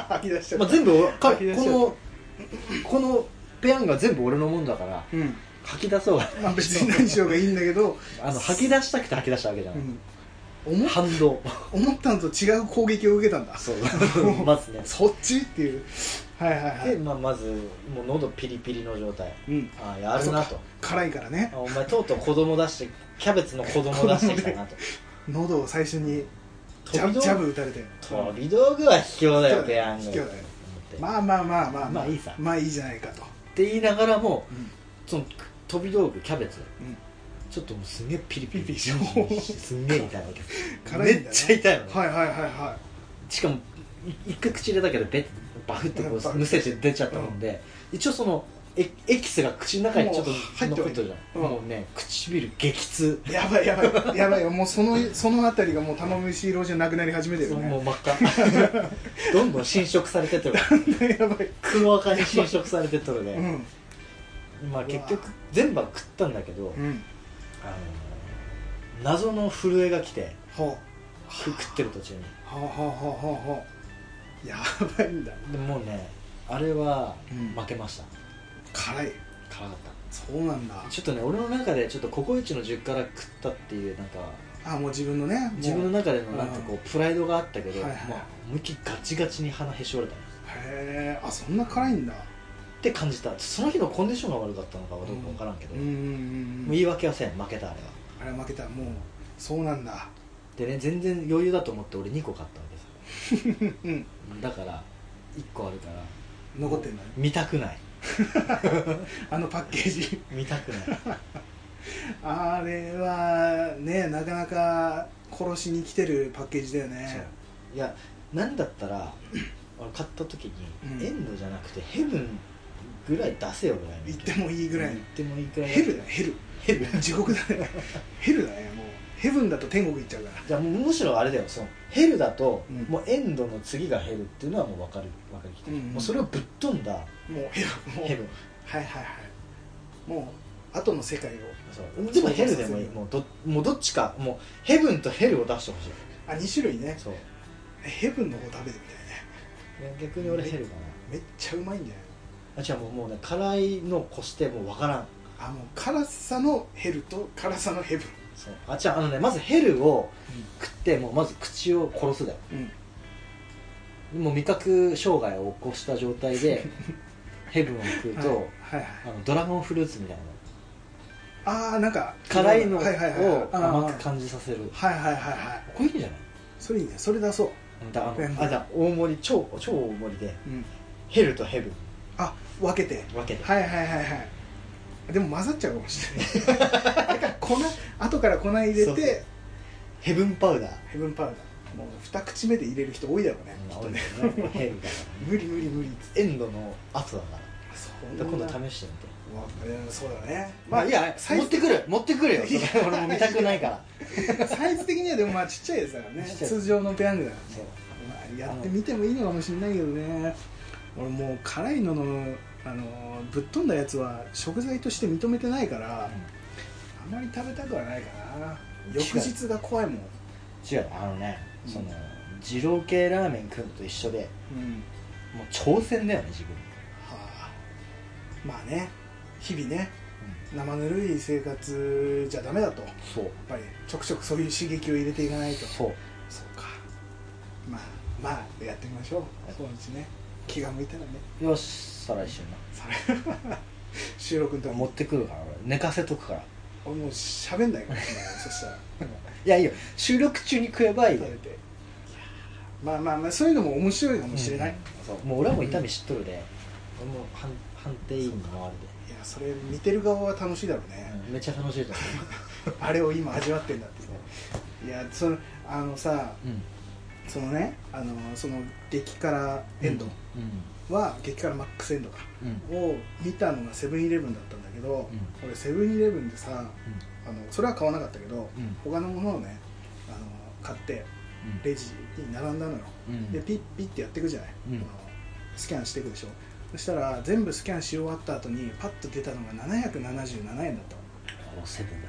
A: 吐き出しちゃっ
B: ま
A: た、
B: あ、全部俺かこ
A: 吐き出しちゃう
B: のこのペヤングは全部俺のもんだから
A: うん
B: 吐き出そうが
A: まあ別に何しようがいいんだけど、
B: あの吐き出したくて吐き出したわけじゃ
A: う
B: ない、
A: ん、思
B: 反動
A: 思ったのと違う攻撃を受けたんだ
B: そう まずね
A: そっちっていうはいはいは
B: で、
A: い、
B: まあ、まずもう喉ピリピリの状態
A: うん、
B: ああやるな
A: そ
B: と
A: う辛いからね
B: あお前とうとう子供出してキャベツの子供出してきたなと
A: 喉を最初にジャ
B: 飛
A: ブ
B: び
A: ジャブ
B: 道
A: 打たれて
B: 具飛び道具は卑怯だよペヤング
A: 卑怯だよ
B: と思って
A: まあまあまあまあ
B: まあいいさ
A: まあいいじゃないかと、
B: って言いながらも
A: うん
B: その飛び道具キャベツ、
A: うん
B: ちょっともうすんげえピリピリ
A: ピリピリし
B: すんげえ痛いわけ
A: 辛
B: め
A: いんだよね
B: っちゃ痛いの、
A: はいはいはいは
B: しかもい一回口入れたけどベッバフってこ
A: バ
B: う
A: フ
B: むせて出ちゃったもんで、一応そのエエキスが口の中にちょっと
A: もう入って
B: 残
A: はい
B: っ
A: る
B: てるじゃん
A: うん
B: もうね唇激痛
A: いやばいやばいやばいよもうそのその辺りがもう玉虫色じゃなくなり始めてるよ
B: も
A: ね
B: う真っ赤 どんどん侵食されてってる
A: やばい、
B: 黒赤に侵食されてっとるね、
A: うん
B: まあ結局全部は食ったんだけど、
A: うん
B: あの謎の震えが来て
A: ほ
B: く食ってる途中に
A: うほうほうほうほうほうやばいんだ
B: でもうねあれは
A: うん
B: 負けました、
A: 辛い
B: 辛かっ
A: そうなんだ
B: たちょっとね俺の中でちょっとココイチの10から食ったっていうなんか
A: あもう自分のねもう
B: 自分の中でのなんかこうプライドがあったけど、
A: はい
B: ま
A: はいはい
B: あ、思いっきりガチガチに鼻へし折れたっ
A: へえあそんな辛いんだ
B: て感じたその日のコンディションが悪かったのかどうか分からんけど、
A: うんう
B: も
A: ん
B: う
A: うん
B: 言い訳はせん負けたあれは
A: あれ負けたもうそうなんだ
B: でね全然余裕だと思って俺2個買ったわけです
A: うん
B: だから1個あるから
A: 残ってんだね
B: 見たくない
A: あのパッケージ
B: 見たくない
A: あれはねなかなか殺しに来てるパッケージだよね
B: いやなんだっ たら俺買った時に、
A: うん
B: エンドじゃなくてヘブンぐらい出せよぐらいの
A: 言ってもいいぐらいの
B: 言ってもいいぐらい
A: ヘルだねヘル
B: ヘル
A: 地獄だ ねヘルだねもうヘブンだと天国行っちゃうから
B: じゃあもうむしろあれだよそのヘルだと、
A: うん
B: もうエンドの次がヘルっていうのはもう分かる分かりきてる、
A: うんうん
B: もうそれをぶっ飛んだ
A: もうヘブンもう
B: ヘブン
A: はいはいはいもう後の世界を
B: そうでもヘルでもいい
A: そう
B: もうどもうどっちかもうヘブンとヘルを出してほしい
A: あ2種類ね
B: そう
A: ヘブンの方食べてみたいね
B: 逆に俺ヘルか
A: めっちゃうまいんじゃない
B: なあ違うもうもうね辛いの越してもう分からん
A: あもう辛さのヘルと辛さのヘブ
B: そうあ違うあのねまずヘルを
A: うん
B: 食って、もうまず口を殺すだよ
A: ンうん
B: もう味覚障害を起こした状態 でヘブンを食うと、
A: はいはい
B: あのドラゴンフルーツみたいな
A: ああなんか
B: 辛いの
A: はいはいはい
B: を甘
A: あ
B: く感じさせ
A: ー
B: る
A: はいはいはいはい
B: これいいんじゃない
A: それいいねそれ出そう
B: だあ
A: ペン
B: の
A: だ
B: あじゃあ大盛り超超大盛りで
A: うん
B: ヘルとヘブン
A: あ分けて
B: 分けて、
A: はいはいはいはいでも混ざっちゃうかもしれ ないだから粉後から粉入れ
B: そうそう
A: て
B: ヘブンパウダー
A: ヘブンパウダーもう二口目で入れる人多いだろうねきっとね
B: うん多いよねヘルだか
A: 無理無理無理
B: らエンドの後だから
A: そ
B: だ
A: ん
B: か
A: な
B: ら今度試してみて
A: わうんそうだね
B: まあいや
A: サイ
B: 持っ
A: ズ
B: てくる持ってくるよ
A: いや
B: 俺も見たくないか ら
A: サイズ的にはでもまあちっちゃいですからね
B: ちっちゃい
A: 通常のペヤングだからね
B: そう
A: まあ、やってみてもいいのかもしれないけどね俺もう辛いののあのぶっ飛んだやつは食材として認めてないから、あまり食べたくはないかな翌日が怖いもん、
B: 違うあのね、
A: うん
B: その二郎系ラーメン食うのと一緒で
A: うん
B: もう挑戦だよね自分、
A: はあ、まあね日々ね生ぬるい生活じゃダメだとやっ
B: そう
A: ぱりちょくちょくそういう刺激を入れていかないと
B: そう
A: そうかまあまあやってみましょうそのうちね気が向いたらね
B: よし再来週な
A: それ収録の時
B: 持ってくるから俺寝かせとくからい
A: 俺もう喋んないかもしれないそしたら
B: やいいよ収録中に食えばいい
A: 食
B: よ
A: べていやーまあまあまあそういうのも面白いかもしれない、
B: うん
A: い
B: そうもう俺はもう痛み知っとるで、俺も判判定員の周
A: やそれ見てる側は楽しいだろう
B: り
A: ね
B: で、、めっちゃ楽しいと思
A: あれを今味わってんだってねいやそのあのさ
B: う、うん、
A: そのねあのその激辛エンドは、激辛マックスエンドか
B: うんうん
A: を見たのがセブンイレブンだったんだけど、俺セブンイレブンでさあのそれは買わなかったけど、
B: うん
A: 他のものをねあの買ってレジに並んだのよ、
B: うんうん
A: でピッピッてやっていくじゃない、
B: うん
A: あのスキャンしていくでしょそしたら全部スキャンし終わった後にパッと出たのが777円だったの
B: おセブンだ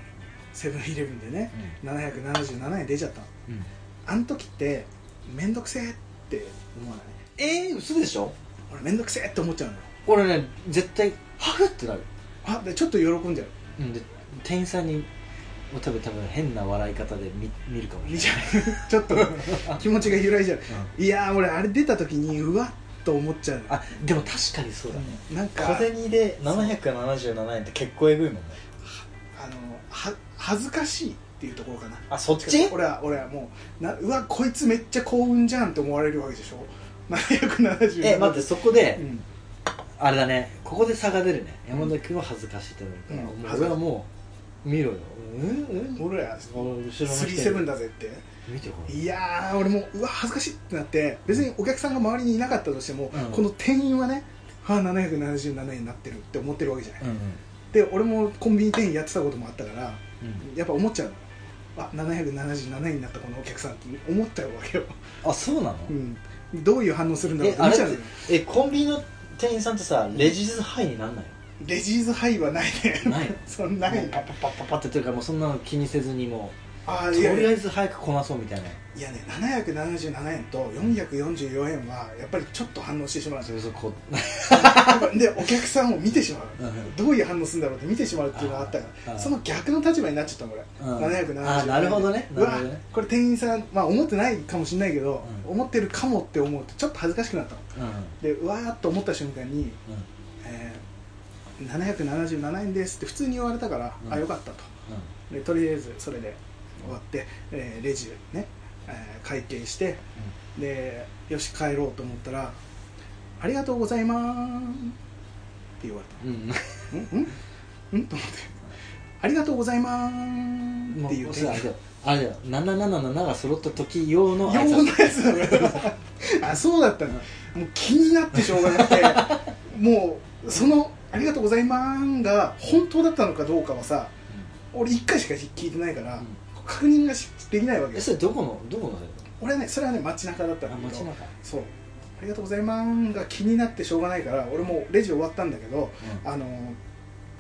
A: セブンイレブンでね777円出ちゃったの
B: うんうん
A: あの時って面倒くせえって思わない
B: えー、嘘でしょ
A: 俺面倒くせえって思っちゃうのよ
B: 俺ね絶対ハフってなる、
A: あでちょっと喜んじゃう
B: うん、で店員さんにもう多分多分変な笑い方で見見るかもし
A: 見
B: れない
A: ちゃう ちょっと気持ちが揺らいじゃういやー俺あれ出た時にうわっと思っちゃう
B: あでも確かにそうだね、
A: なんか
B: 小銭で777円って結構えぐいもんね
A: あのは恥ずかしいっていうところかな
B: あそっち
A: 俺は俺はもうなうわこいつめっちゃ幸運じゃんって思われるわけでしょ777
B: え待ってそこで、
A: うん
B: あれだねここで差が出るね山田君は恥ずかしいと思うか
A: う
B: ら、
A: ん
B: もう
A: 恥ず
B: 俺
A: か
B: はもう見ろようんうん
A: 俺ら
B: 後ろの人
A: 37だぜって
B: 見てこれ
A: いやー俺もううわ恥ずかしいってなって別にお客さんが周りにいなかったとしても、
B: うん
A: この店員はねはあ777円になってるって思ってるわけじゃない、
B: うんうん
A: で俺もコンビニ店員やってたこともあったから
B: うん
A: やっぱ思っちゃうのあ777円になったこのお客さんって思っちゃうわけよ、
B: あそうなの、
A: うん、どういう反応するんだろう
B: え
A: って
B: あ
A: 見
B: れっ
A: ちゃう
B: て
A: のよ
B: えコンビニの店員さんってさレジズハイになんない
A: レジーズハイはないね
B: のないの
A: そんな
B: も
A: な
B: う
A: い
B: パッ
A: な
B: パッパッパッパってというかもうそんなの気にせずにも
A: あー
B: うと
A: い
B: り
A: やい
B: あ
A: や
B: えず早くこなそうみたいない
A: やね777円と444円はやっぱりちょっと反応してしまうんです
B: そ
A: よ
B: れこそこう
A: でお客さんを見てしまう
B: うん
A: どういう反応するんだろうって見てしまうっていうのがあったか
B: あーあ
A: ら
B: ー
A: その逆の立場になっちゃったの俺、
B: うん
A: 777円
B: あーなるほどね
A: う
B: なる
A: わ
B: ほどね
A: これ店員さん、まあ、思ってないかもしれないけど、
B: うん
A: 思ってるかもって思うとちょっと恥ずかしくなったの
B: うんうん
A: でうわーっと思った瞬間に、えー777円ですって普通に言われたから、
B: うん
A: あよかったとでとりあえずそれで終わって、えーレジね、えー会計してでよし帰ろうと思ったら「ありがとうございます」って言われた
B: うん
A: んんんと思って「ありがとうございます」
B: うんも
A: っ
B: う
A: ていう
B: それあれだよあれだよ777が揃った時用の
A: 用
B: 挨
A: の
B: 拶
A: やつだねあそうだったのもう気になってしょうがなくてもうその「ありがとうございます」が本当だったのかどうかはさ俺1回しか聞いてないから、
B: うん
A: 確認がしできないわけ
B: え
A: よ
B: それどこのどこのだよ
A: 俺はねそれはね街中だったん
B: あ
A: だけ
B: 街
A: ど
B: 中
A: そう「ありがとうございます」が気になってしょうがないから俺もうレジ終わったんだけど
B: うん
A: あのー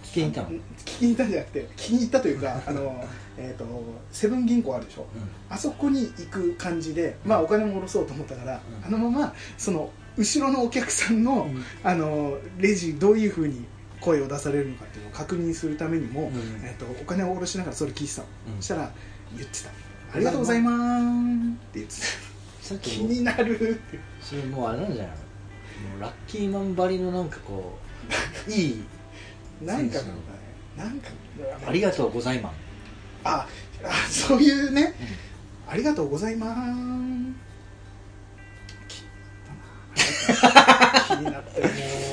B: 聞きに行ったのうん
A: 聞きに行ったんじゃなくて聞きに行ったという かあのえっとセブン銀行あるでしょあそこに行く感じでまあお金も下ろそうと思ったから、
B: うん
A: あのままその後ろのお客さんの、
B: うん
A: あのレジどういうふうに声を出されるのかっていうのを確認するためにも、
B: うん
A: えっとお金を下ろしながらそれ聞いてたの、
B: うん
A: そしたら言ってた「ありがとうございます」って言ってた
B: さっき
A: 気
B: も
A: になるって
B: それもうあれなんじゃないのもうラッキーマンばりのなんかこ ういい
A: なんかなんかねなんか
B: ありがとうございまん
A: ああそういうね、ありがとうございます気になったな気になって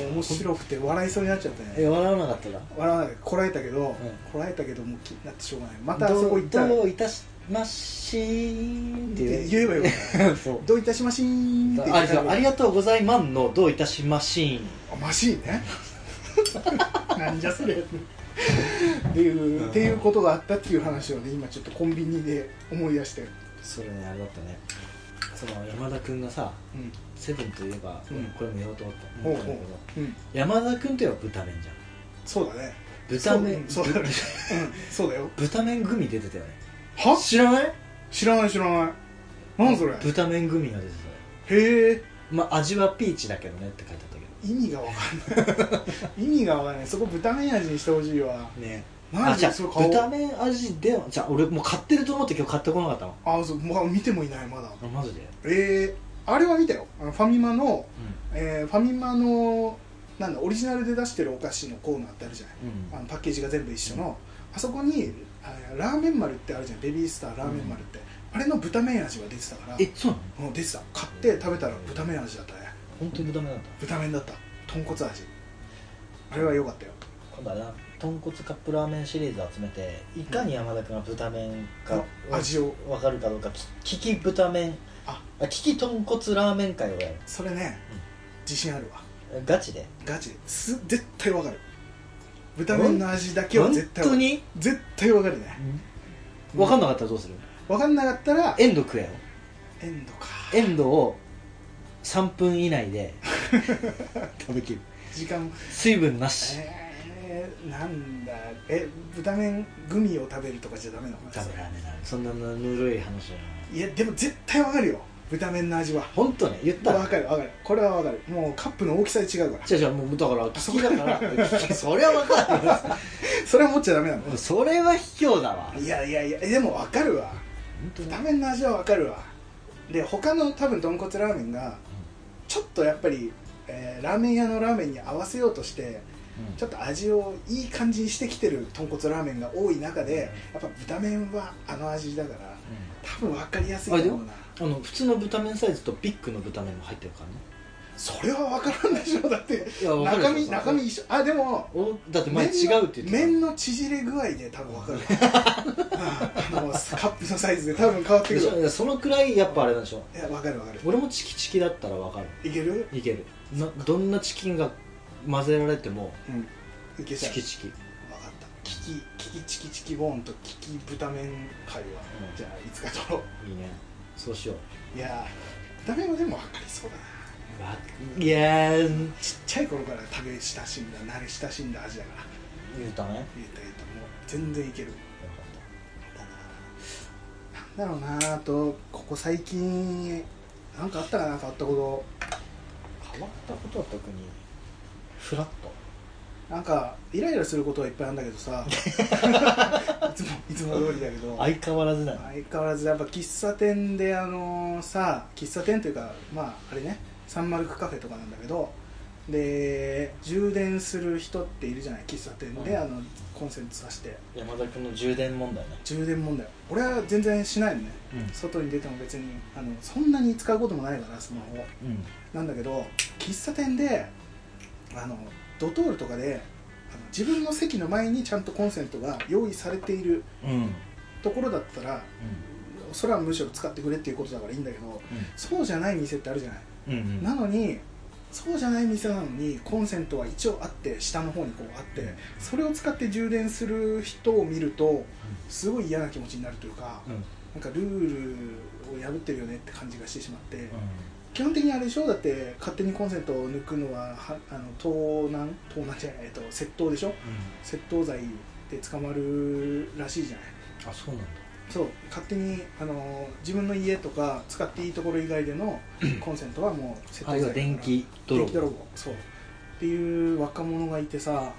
A: もう面白くて笑いそうになっちゃった
B: え
A: ね
B: 笑わなかったら
A: 笑わないこらえたけど、こらえたけどもう気になってしょうがないまたあそこ行ったらっ
B: どういたしましーんって
A: て
B: いう
A: 言えばよかった
B: そう
A: どういたしましーんって言
B: あ
A: っ
B: れ
A: てた
B: ありがとうございまんのどういたしましーん
A: あマシー ねなんじゃそれっていう、っていうことがあったっていう話をね今ちょっとコンビニで思い出してる、
B: それねあれだったねその山田君がさ
A: うん
B: セブンといえば、
A: うん
B: これも言おうと思った
A: ほう
B: 思ったんだ
A: ほ
B: けど
A: う、うん、
B: 山田君といえば豚麺じゃん
A: そうだね
B: 豚麺
A: そうそうだ
B: ぶ
A: ね、うん、そうだよ
B: 豚麺グミ出てたよね
A: は
B: 知らない
A: 知らない知らない何それへ
B: 豚麺グミが出てたよ
A: え
B: まあ味はピーチだけどねって書いてあったけ
A: 意味がわかんない意味がわかんないそこ豚麺味にしてほしいわ
B: どね
A: 何
B: あじゃあ
A: それ顔
B: 豚麺味ではじゃあ俺もう買ってると思って今日買ってこなかったの
A: あそうもう見てもいないまだ
B: あマジで
A: えー、あれは見たよあのファミマの、
B: う
A: えーファミマのなんだオリジナルで出してるお菓子のコーナーってあるじゃない
B: んうん
A: あのパッケージが全部一緒の、あそこにあラーメン丸ってあるじゃんベビースターラーメン丸って、あれの豚麺味が出てたから
B: えそうなの
A: うん出てた買って食べたら豚麺味だったね
B: 本当に豚麺なんだ
A: 豚麺だった豚骨味あれは良かったよ
B: 今度はな豚骨カップラーメンシリーズ集めていかに山田君が豚麺か
A: うん味を
B: 分かるかどうかき利き豚麺
A: あ
B: 利き豚骨ラーメン会をやる
A: それね、
B: うん
A: 自信あるわ
B: ガチで
A: ガチです絶対わかる豚麺の味だけは絶対わか
B: 本当
A: る
B: に
A: 絶対わかるね
B: 分かんなかったらどうする
A: わかんなかったら
B: エンド食えよ
A: エンドか
B: エンドを3分以内で 食べきる
A: 時間
B: 水分なし
A: えなんだえ豚麺グミを食べるとかじゃダメなのかな
B: ダ
A: そ
B: メ
A: れ
B: ダメダメそんなぬるい話じゃない
A: いやでも絶対わかるよ豚麺の味は
B: 本当ね言った
A: わかるわかるこれはわかるもうカップの大きさで違うから
B: じゃじゃもうだから聞きだから聞きそれは分かる
A: それは持っちゃダメなの
B: うん それは卑怯だわ
A: いやいやいやでもわかるわ
B: 本当
A: 豚
B: だ
A: 麺の味はわかるわで他の多分豚骨ラーメンがちょっとやっぱり、えーラーメン屋のラーメンに合わせようとしてちょっと味をいい感じにしてきてる豚骨ラーメンが多い中でやっぱ豚麺はあの味だから多分分かりやすいと思うな
B: あの普通の豚麺サイズとビッグの豚麺も入ってるからね
A: それは分からんでしょだって
B: いや分か
A: 中
B: るで
A: 身
B: しょ
A: 中身一緒あでも
B: おだって前違うって言ってた
A: 麺の縮れ具合で多分 分かるわあのカップのサイズで多分変わって
B: で
A: く
B: し
A: るわ
B: ょいやそのくらいやっぱあれなんでしょ
A: いや分かる分かる
B: 俺もチキチキだったら分かる
A: いける
B: いけるなどんなチキンが混ぜられても
A: いけち
B: チ
A: ゃう
B: キチキ
A: 分かったキキキキチキチキボーンとキキ豚麺会は、
B: うん
A: じゃあいつか撮ろ
B: いいねそうしよう
A: ういやー豚麺はでも分かりそうだな
B: わいやー
A: ちっちゃい頃から食べ親しんだ慣れ親しんだ味だから
B: 言うたねよ
A: 言った言ったもう全然いける
B: かった
A: なんだろうなあとここ最近なんかあったかな変わったこ
B: 変わったことは特にフラット
A: となんかイライラすることはいっぱいあるんだけど さいつもいつも通りだけど
B: 相変わらずだね
A: 相変わらずやっぱ喫茶店であのさ喫茶店というかまああれねサンマルクカフェとかなんだけどで充電する人っているじゃない喫茶店で、
B: うん
A: あのコンセントさして
B: 山田君の充電問題ね
A: 充電問題俺は全然しないのね
B: うん
A: 外に出ても別にあのそんなに使うこともないからスマホを
B: うん
A: なんだけど喫茶店であのドトールとかであの自分の席の前にちゃんとコンセントが用意されている
B: うん
A: ところだったらそれはむしろ使ってくれっていうことだからいいんだけどそうじゃない店ってあるじゃない、
B: うんうん
A: なのにそうじゃない店なのにコンセントは一応あって下の方にこうあってそれを使って充電する人を見るとすごい嫌な気持ちになるというか
B: うん
A: なんかルールを破ってるよねって感じがしてしまって、
B: う
A: 基本的にあれでしょだって勝手にコンセントを抜くのははあの盗難盗難じゃない、えっと、窃盗でしょ
B: ん
A: 窃盗罪で捕まるらしいじゃない
B: あそうなんだ
A: そう勝手にあの自分の家とか使っていいところ以外で のコンセントはもう窃盗
B: あ
A: 罪だ
B: 要
A: か
B: は
A: ら
B: 電気泥
A: 電
B: 棒
A: 気泥棒そうっていう若者がいてさ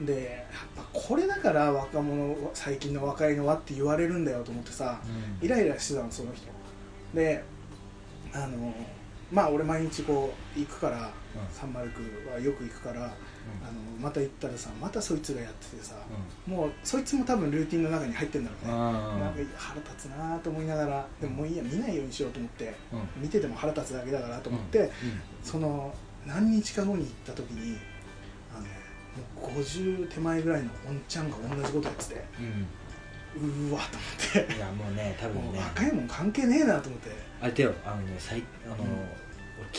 A: でやっぱこれだから若者最近の若いのはって言われるんだよと思ってさイライラしてたのその人であのまあ俺毎日こう行くからサンマルクはよく行くからあのまた行ったらさまたそいつがやっててさもうそいつも多分ルーティンの中に入ってんだろうねなんか腹立つなと思いながらでももういいや見ないようにしようと思って見てても腹立つだけだからと思って、その何日か後に行った時にあのもう50手前ぐらいのおんちゃんが同じことやっててうーわと思って
B: いやもうね多
A: も
B: 分
A: う
B: ね
A: 若いもん関係ねえなと思って
B: あれだよあのね最あの
A: うん
B: 俺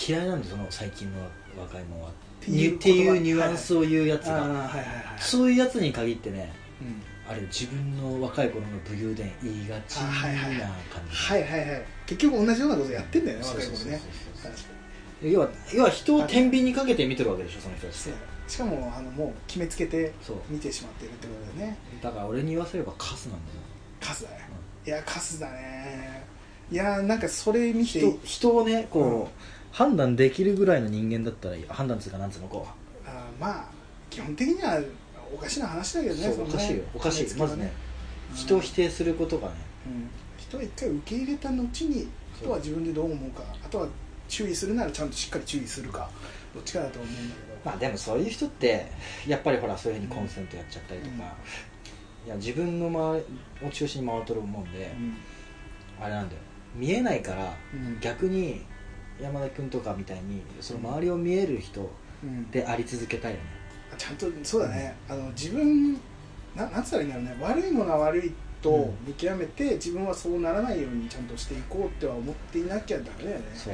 B: 嫌いなんだよその最近の若いもんはって
A: いう
B: ていう
A: 言葉
B: ニュアンスを言うやつ
A: ああはい
B: が
A: はいはい、
B: そういうやつに限ってね
A: うん、
B: あれ自分の若い頃の武勇伝言いがちな
A: あはいはい
B: 感じ
A: はいはいはい結局同じようなことやってんだよね
B: そう
A: 若い
B: そう
A: 頃
B: そう
A: ね
B: そう
A: 確かに
B: 要は要は人を天秤にかけて見てるわけでしょその人たち
A: そう
B: って
A: しかもあのもう決めつけて
B: そう
A: 見てしまってるってことだよね
B: だから俺に言わせればカスなんだよ
A: カスだねいやカスだねいやなんかそれ見て
B: 人人をねこう、
A: うん
B: 判断できるぐらいの人間だったらいい判断つうかなんつうのこう
A: あーまあ基本的にはおかしな話だけどね
B: そう
A: その
B: お
A: ね
B: かしいよおかしい、
A: 決め
B: ま
A: つけ
B: ず
A: は
B: ね人を否定することがね
A: うん人は一回受け入れた後にあとは自分でどう思うかあとは注意するならちゃんとしっかり注意するかどっちかだと思うんだけど
B: まあでもそういう人ってやっぱりほらそういうふうにコンセントやっちゃったりとか、
A: うん
B: いや自分の周りを中心に回るとる思うんで、
A: うん
B: あれなんだよ見えないから
A: うん
B: 逆に山田君とかみたいにその周りを見える人
A: うん
B: であり続けたいよね、
A: ちゃんとそうだねあの自分ななんつったらいいんだろうね悪いものは悪いと見極めて、自分はそうならないようにちゃんとしていこうっては思っていなきゃダメだよね
B: そう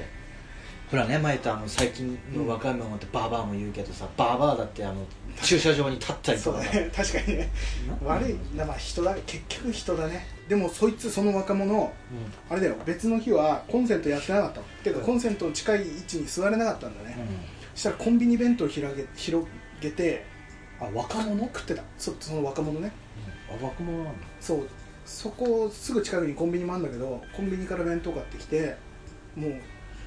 B: ほらね前とあの最近の若いもんってバーバーも言うけどさバーバーだってあの駐車場に立ったり
A: そ
B: と
A: う
B: か
A: だ
B: さ
A: ね確かにね
B: な
A: 悪いなまあ人だ結局人だねでもそいつその若者あれだよ別の日はコンセントやってなかったのてかコンセントの近い位置に座れなかったんだね、
B: うん
A: そしたらコンビニ弁当を広げ広げて
B: あ若者、うん、
A: 食ってたそその若者ね
B: あ若者なんだ
A: そうそこすぐ近くにコンビニもあるんだけどコンビニから弁当買ってきてもう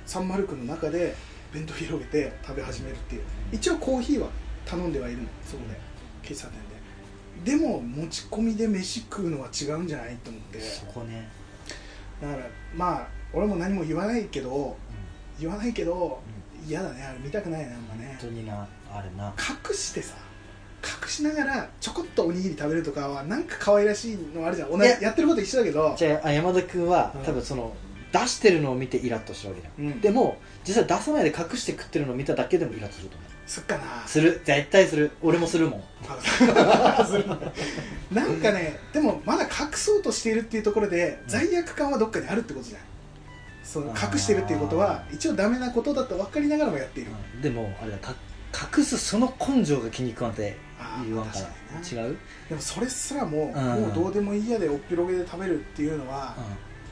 A: サンマルクの中で弁当広げて食べ始めるっていう一応コーヒーは頼んではいるのそこで喫茶店ででも持ち込みで飯食うのは違うんじゃないと思って
B: そこね
A: だからまあ俺も何も言わないけど言わないけど嫌だねあれ見たくないねあんま
B: 本
A: ね
B: 当になあれな
A: 隠してさ隠しながらちょこっとおにぎり食べるとかはなんか可愛らしいのあるじゃん同じ
B: いや
A: やってること一緒だけど
B: じゃああ山田君は、
A: うん
B: 多分その出してるのを見てイラッとしたわけじゃん、
A: うん
B: でも実際出さないで隠して食ってるのを見ただけでもイラッとすると思う
A: すっかな
B: する絶対する俺もするもん
A: なんかねでもまだ隠そうとしているっていうところで罪悪感はどっかにあるってことじゃないその隠してるっていうことは一応ダメなことだと分かりながらもやっている
B: でもあれだか隠すその根性が気に食わんて
A: あー
B: 言わんか
A: 確かに
B: ら違う、うん、
A: でもそれすらも
B: ん
A: もうどうでもいいやでおっぴろげで食べるっていうのは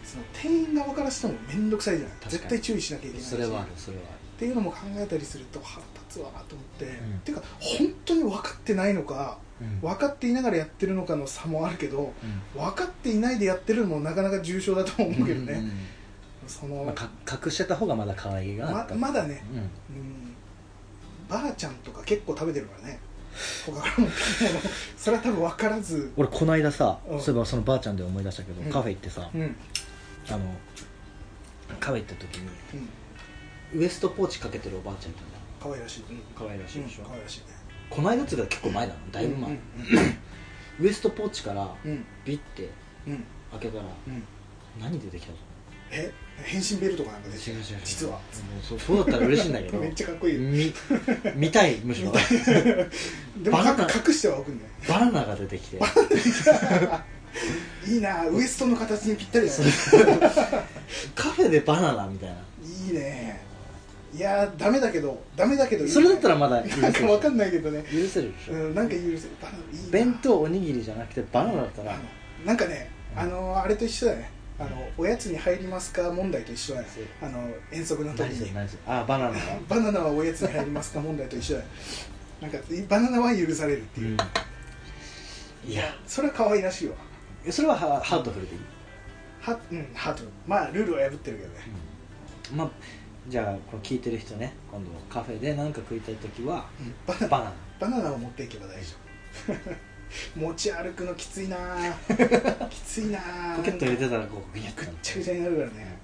A: その店員側からしても面倒くさいじゃない
B: 確かに
A: 絶対注意しなきゃいけないし
B: それはあ
A: っ
B: るそれはある
A: ていうのも考えたりすると腹立つわと思って、
B: ん
A: っていうか本当に分かってないのか
B: うん
A: 分かっていながらやってるのかの差もあるけど
B: うん
A: 分かっていないでやってるのもなかなか重症だと思うけどね、
B: うん
A: そ
B: うん
A: の
B: まあ、か隠してた方がまだ可愛げがあ
A: ま
B: った、
A: まだね、
B: うん、
A: うん、ばあちゃんとか結構食べてるからね他からもそれは多分分からず、
B: 俺この間さ、
A: うん
B: そういえばそのばあちゃんで思い出したけど、
A: うん
B: カフェ行ってさ、
A: うんうん、
B: あのカフェ行った時にウエストポーチかけてるおばあちゃんいたんだ
A: 可愛らしい、うん、
B: 可愛らしいでしょ、
A: 可愛らしいね
B: この間っつうか結構前だのだいぶ前、ウエストポーチから
A: うんうん
B: ビッて
A: うんうん
B: 開けたら
A: うん
B: 何出てきたの
A: え変身ベルとかなんかで
B: 違う違う違う
A: 実は
B: もうそうそうだったら嬉しいんだけ ど
A: めっちゃかっこいいよ
B: み見たいむしろ
A: でも
B: バナナ
A: 隠してはおくんだよ
B: バナナが出てきて
A: いいなウエストの形にぴったりだ
B: そ
A: ね
B: れカフェでバナナみたいない
A: いねいやーダメだけどダメだけどいいね
B: それだったらまだ許せ
A: なんか分かんないけどね
B: 許せるでし
A: う
B: ょ、
A: んなんか許せるバナナいいな
B: 弁当おにぎりじゃなくてバナナだったら、
A: あのなんかね、あのあれと一緒だねあのおやつに入りますか問題と一緒だね
B: そう
A: あの遠足の時
B: 何それ
A: に
B: 何それあバナナだ
A: バナナはおやつに入りますか問題と一緒だねなんかバナナは許されるっていう、
B: いや
A: それは可愛らしいわ
B: それはハハートフルでいい、
A: はうんハートまあルールは破ってるけどね
B: まあじゃあこの聞いてる人ね今度カフェで何か食いたい時 は
A: うんバナ
B: バナナ
A: バナナを持っていけば大丈夫 持ち歩くのきついなぁきついなぁ
B: ポケット入れてたらこうグニャ
A: ぐっちゃ
B: ッ
A: ぐち
B: て
A: ゃになるからね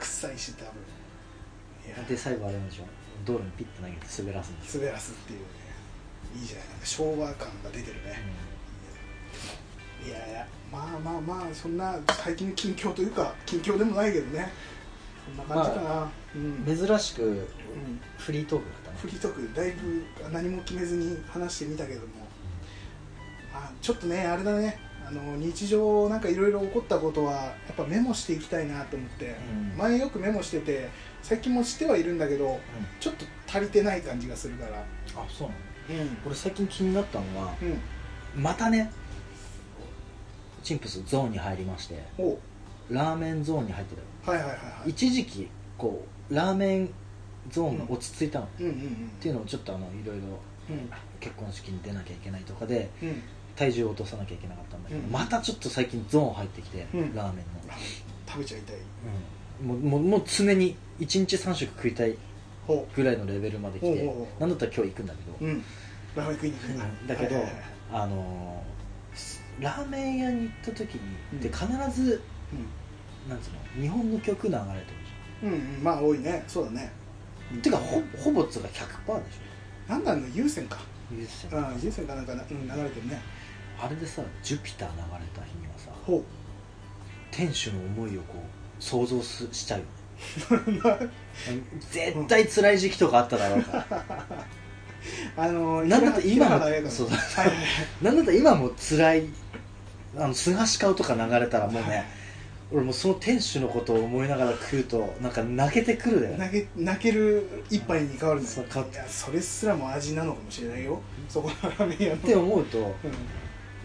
A: 臭いし多分いや
B: で最後あれなんでしょ道路にピッて投げて滑らすんですよ、
A: 滑らすっていうねいいじゃないなんか昭和感が出てるね、いやいやまあまあまあそんな最近の近況というか近況でもないけどねそんな感じかな、う、
B: うんん珍しく
A: うん
B: フリートークだった
A: フ
B: ね
A: リートークだいぶ何も決めずに話してみたけども、まあ、ちょっとねあれだねあの日常なんかいろいろ起こったことはやっぱメモしていきたいなと思って、
B: うん
A: 前よくメモしてて最近もしてはいるんだけどちょっと足りてない感じがするから
B: うんあそうなの
A: うん
B: 俺最近気になったのは
A: うん
B: またねチンプスゾーンに入りまして
A: おう
B: ラーメンゾーンに入ってたよ
A: はいはいはいはい
B: 一時期こうラーメンゾーンが落ち着いたの、っ
A: うんうんうん
B: ていうのをちょっとあのいろいろ
A: うん
B: 結婚式に出なきゃいけないとかで
A: うん
B: 体重を落とさなきゃいけなかったんだけど、
A: うん
B: またちょっと最近ゾーン入ってきて、
A: うん
B: ラーメ
A: 食べちゃいたい
B: ンの、もうもうもう常に1日3食食いたい
A: ほ
B: ぐらいのレベルまで来
A: おう
B: て
A: おうおう
B: なんだったら今日行くんだけど、
A: ううんラーメン食いに行くん
B: だけど、
A: はいはいはい
B: あのーラーメン屋に行った時に、
A: うん
B: で必ずなんつうの日本の曲流れてるじ
A: うん、うんうん、まあ多いねそうだね
B: ゃんてかほほぼっつうか100%でしょ
A: なんなんの優先か
B: ゆずさん
A: ああ優先かなんかな、うん、流れてるね
B: あれでさ「ジュピター」流れた日にはさ
A: ほ
B: 店主の思いをこう想像すしちゃうよね
A: う
B: 絶対辛い時期とかあっただろう から
A: あのー、
B: なんだって今
A: 平原
B: も
A: 綾香の
B: そう
A: はいはいはい
B: なんだったら今も辛いあのスガシカオとか流れたらもう
A: は
B: ね
A: い
B: 俺もうその店主のことを思いながら食うとなんか泣けてくるだよね
A: 泣け泣ける一杯に変わるんだよ
B: そう変わっ
A: いやそれすらも味なのかもしれないよそこのラーメン屋の
B: って思うと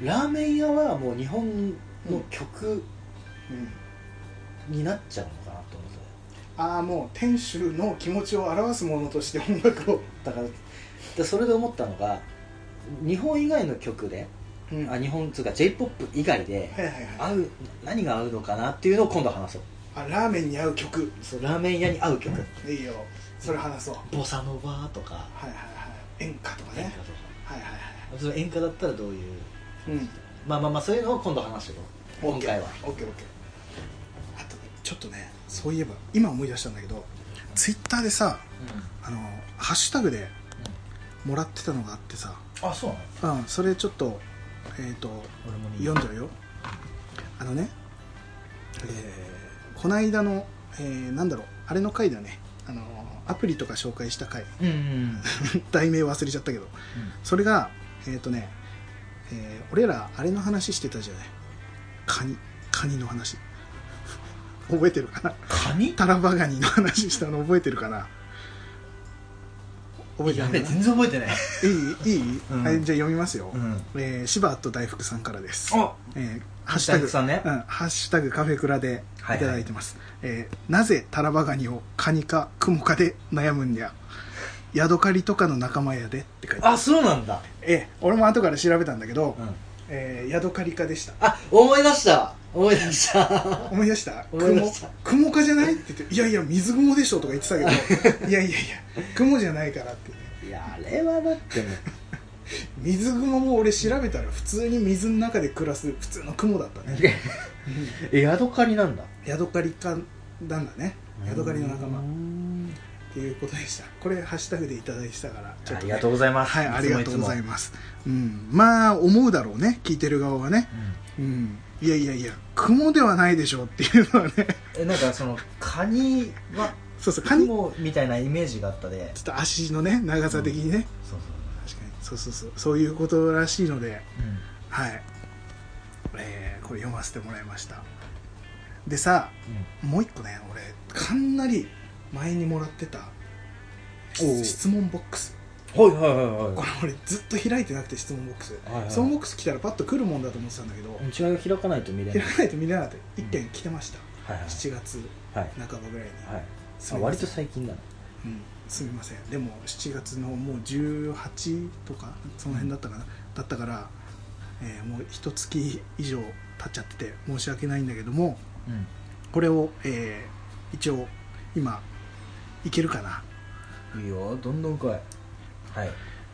A: うん
B: ラーメン屋はもう日本の曲
A: うん、
B: になっちゃうのかなと思ってたよ
A: ああもう店主の気持ちを表すものとして音楽を
B: だからでそれで思ったのが日本以外の曲で、
A: うん
B: あ日本つうか j p o p 以外で
A: はいはいはい
B: 合う何が合うのかなっていうのを今度話そう
A: あラーメンに合う曲
B: そうラーメン屋に合う曲
A: いいよそれ話そう
B: ボサノバとか
A: はいはいはい演歌とか
B: 演歌
A: ね
B: とか
A: はいはいはい
B: その演歌だったらどういう
A: うん
B: まあまあまあそういうのを今度話していこう今回は
A: OKOK あとちょっとねそういえば今思い出したんだけどツイッターでさあのハッシュタグでもらってたのがあってさ、
B: あそうなの
A: うん、それちょっとえっ、と
B: 俺も見
A: 読んじゃうよあのねえーこないだの、えーなんだろうあれの回だねあのアプリとか紹介した回
B: うんうん
A: 題名忘れちゃったけどそれがえっ、とね、えー俺らあれの話してたじゃないカニカニの話 覚えてるかな
B: カニ
A: タラバガニの話したの覚えてるかな覚えて
B: や
A: な
B: べ
A: い
B: え
A: か
B: 全然覚えてない
A: ないいいい、
B: うん
A: はいじゃあ読みますよ、
B: ん
A: えー、シバット大福さんからです
B: あ
A: えーハッシュタ
B: 大
A: グ
B: 福さんね
A: うん、ハッシュタグカフェクラでいただいてます、えーなぜタラバガニをカニかクモかで悩むんやヤドカリとかの仲間やでって書いてある
B: あそうなんだ
A: えー俺も後から調べたんだけど、
B: うん
A: えーヤドカリ科でした
B: あ思い出した思い出した
A: 思い出した
B: 思い出した
A: クモ科じゃないって言って「いやいや水雲でしょ」とか言ってたけ ど「いやいやいやクモじゃないから」ってね
B: いやあれはだってもう
A: 水雲も俺調べたら普通に水の中で暮らす普通のクモだったね
B: えヤドカリなんだ
A: ヤドカリ科なんだねヤドカリの仲間
B: う
A: っ
B: ん
A: ていうことでしたこれハッシュタグでいただいてたからちょっ
B: あ
A: と
B: り
A: ね、
B: がとうございます
A: はいありがとうござい
B: ま
A: ますうんまあ思うだろうね聞いてる側はね
B: すうん
A: うんいやいやいやクモではないでしょうっていうのはね
B: えなんかそのカニは
A: そうそうカ
B: カ
A: ニ
B: ニ
A: ちょ
B: もみたいなイメージがあったで
A: っと足のね長さ的にね、
B: そうそ
A: 確かにそうそうそうそういうことらしいので
B: う、うん、
A: はい、えーこれ読ませてもらいましたでさもう一個ね俺かなり前にもらってた
B: おう
A: 質問ボックス
B: はいはいはいはい
A: これ俺ずっと開いてなくて質問ボックス、
B: はいはい
A: 質問ボックス来たらパッと来るもんだと思ってたんだけど、
B: 違いが開かないと見れない
A: 開かないと見れなかった1件来てました、
B: はいはい
A: 7月
B: はい
A: 半ばぐらいに、
B: はい
A: す
B: あ
A: みま
B: 割
A: せ
B: と
A: ん
B: 最近だな
A: うん、すみませんでも7月のもう18とかその辺だったかなだったから、えーもう一月以上経っちゃってて申し訳ないんだけども
B: うん
A: これを、えー一応今いけるかない
B: いよどんどん来いはい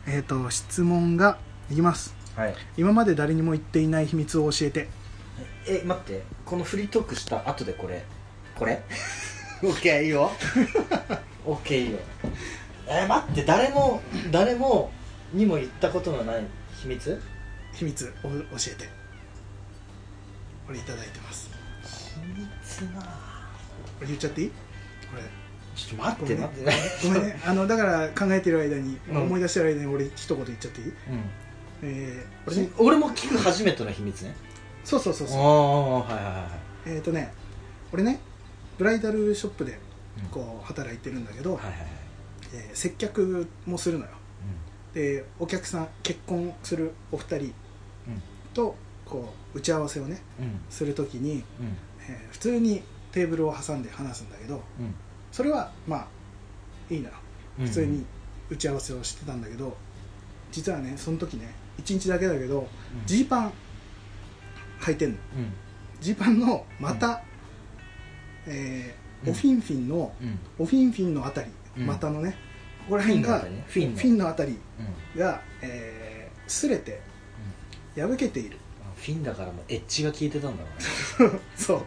A: えっ、と質問がいきます
B: はい
A: 今まで誰にも言っていない秘密を教えて
B: え待ってこのフリートークした後でこれこ れオッケーいい よオッケーいいよえ待って誰も誰もにも言ったことのない秘密
A: 秘密を教えてこれいただいてます
B: 秘密なあ
A: これ言っちゃっていいこれ
B: ちょっと待っ
A: ご
B: て
A: めんね
B: 待って待って
A: ごめん ねあのだから考えてる間に、
B: うん
A: 思い出してる間に俺一言言っちゃっていい
B: うん
A: えー、
B: 俺
A: 俺ね
B: 俺も聞く初めての秘密ね
A: そうそうそうそう
B: あはいはいはい
A: えっ、とね俺ねブライダルショップで
B: うん
A: こう働いてるんだけど、
B: はいはいはい
A: えー接客もするのよでお客さん結婚するお二人
B: うん
A: とこう打ち合わせをね
B: うん
A: するときに、
B: うん
A: えー普通にテーブルを挟んで話すんだけど
B: うん
A: それはまあいいのよ
B: うん
A: 普通に打ち合わせをしてたんだけど、実はねその時ね1日だけだけどジーパン履いてんの
B: うん
A: ジーパンのまた、えーお
B: うん
A: フィンフィンの
B: うん
A: おフィンフィンのあたり、
B: うん
A: 股のねここら
B: フィ
A: 辺
B: ンの
A: が
B: あたりねフィンの
A: フィンのあたり
B: うん
A: が、えー擦れて破けている
B: フィンだからもうエッジが効いてたんだろ
A: そう、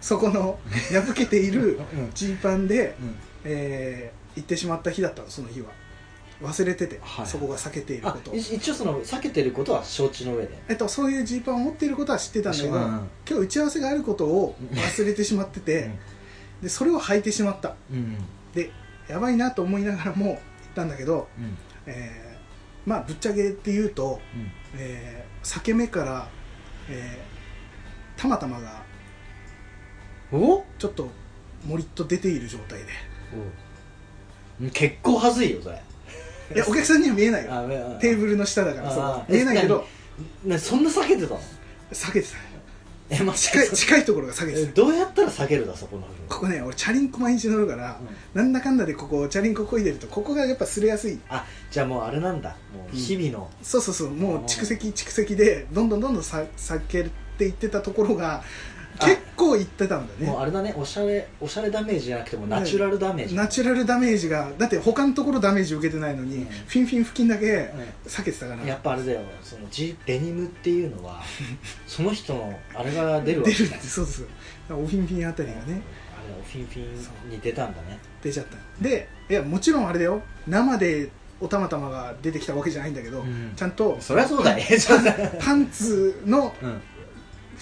A: そこ の破けている
B: うね
A: ジーパンで、
B: うん
A: えー行ってしまった日だったのその日は忘れてて、
B: はい
A: そこが避けている
B: あ
A: こと
B: い一応その避けてることは承知の上で
A: えっと、そういうジーパンを持っていることは知ってたんだけど、
B: うん
A: 今日打ち合わせがあることを忘れてしまってて、でそれを履いてしまった
B: うんうん
A: でやばいなと思いながらも行ったんだけど、
B: うん
A: えーまあぶっちゃけって言うと、
B: うん
A: えー、裂け目から、えーたまたまが
B: おお
A: ちょっともりっと出ている状態で
B: 結構はずいよそれ
A: いやお客さんには見えないよテーブ
B: ル
A: ルの下だから
B: あ
A: さ
B: ー
A: 見えないけど
B: なそんな避けてたの
A: 避けてた
B: えま
A: 近い近いところが下げて
B: え
A: た
B: どうやったら下げるだそこの部分
A: ここね俺チャリンコ毎日乗るから、
B: うん
A: なんだかんだでここチャリンコこいでるとここがやっぱ擦れやすい
B: あじゃあもうあれなんだもう日々の、
A: そうそうそうもう蓄積蓄積でどんどんどんどんさ避けていってたところが
B: あ
A: 結構いってたんだ
B: もう
A: ね
B: あれだねおしゃれおしゃれダメージじゃなくてもうナチュラルダメージ、
A: ナチュラルダメージがだって他のところダメージ受けてないのに、
B: うん
A: フィンフィン付近だけ
B: うん
A: 避けてたから、
B: やっぱあれだよそのジデニムっていう のはその人のあれが出るわ
A: 出
B: け
A: るっ
B: だ
A: てそうそうだからおフィンフィンあたりがね、
B: あれおフィンフィンに出たんだね
A: 出ちゃったでいやもちろんあれだよ生でおたまたまが出てきたわけじゃないんだけど、
B: うん
A: ちゃんと
B: そりゃそうだね そうだね
A: パンツの
B: うん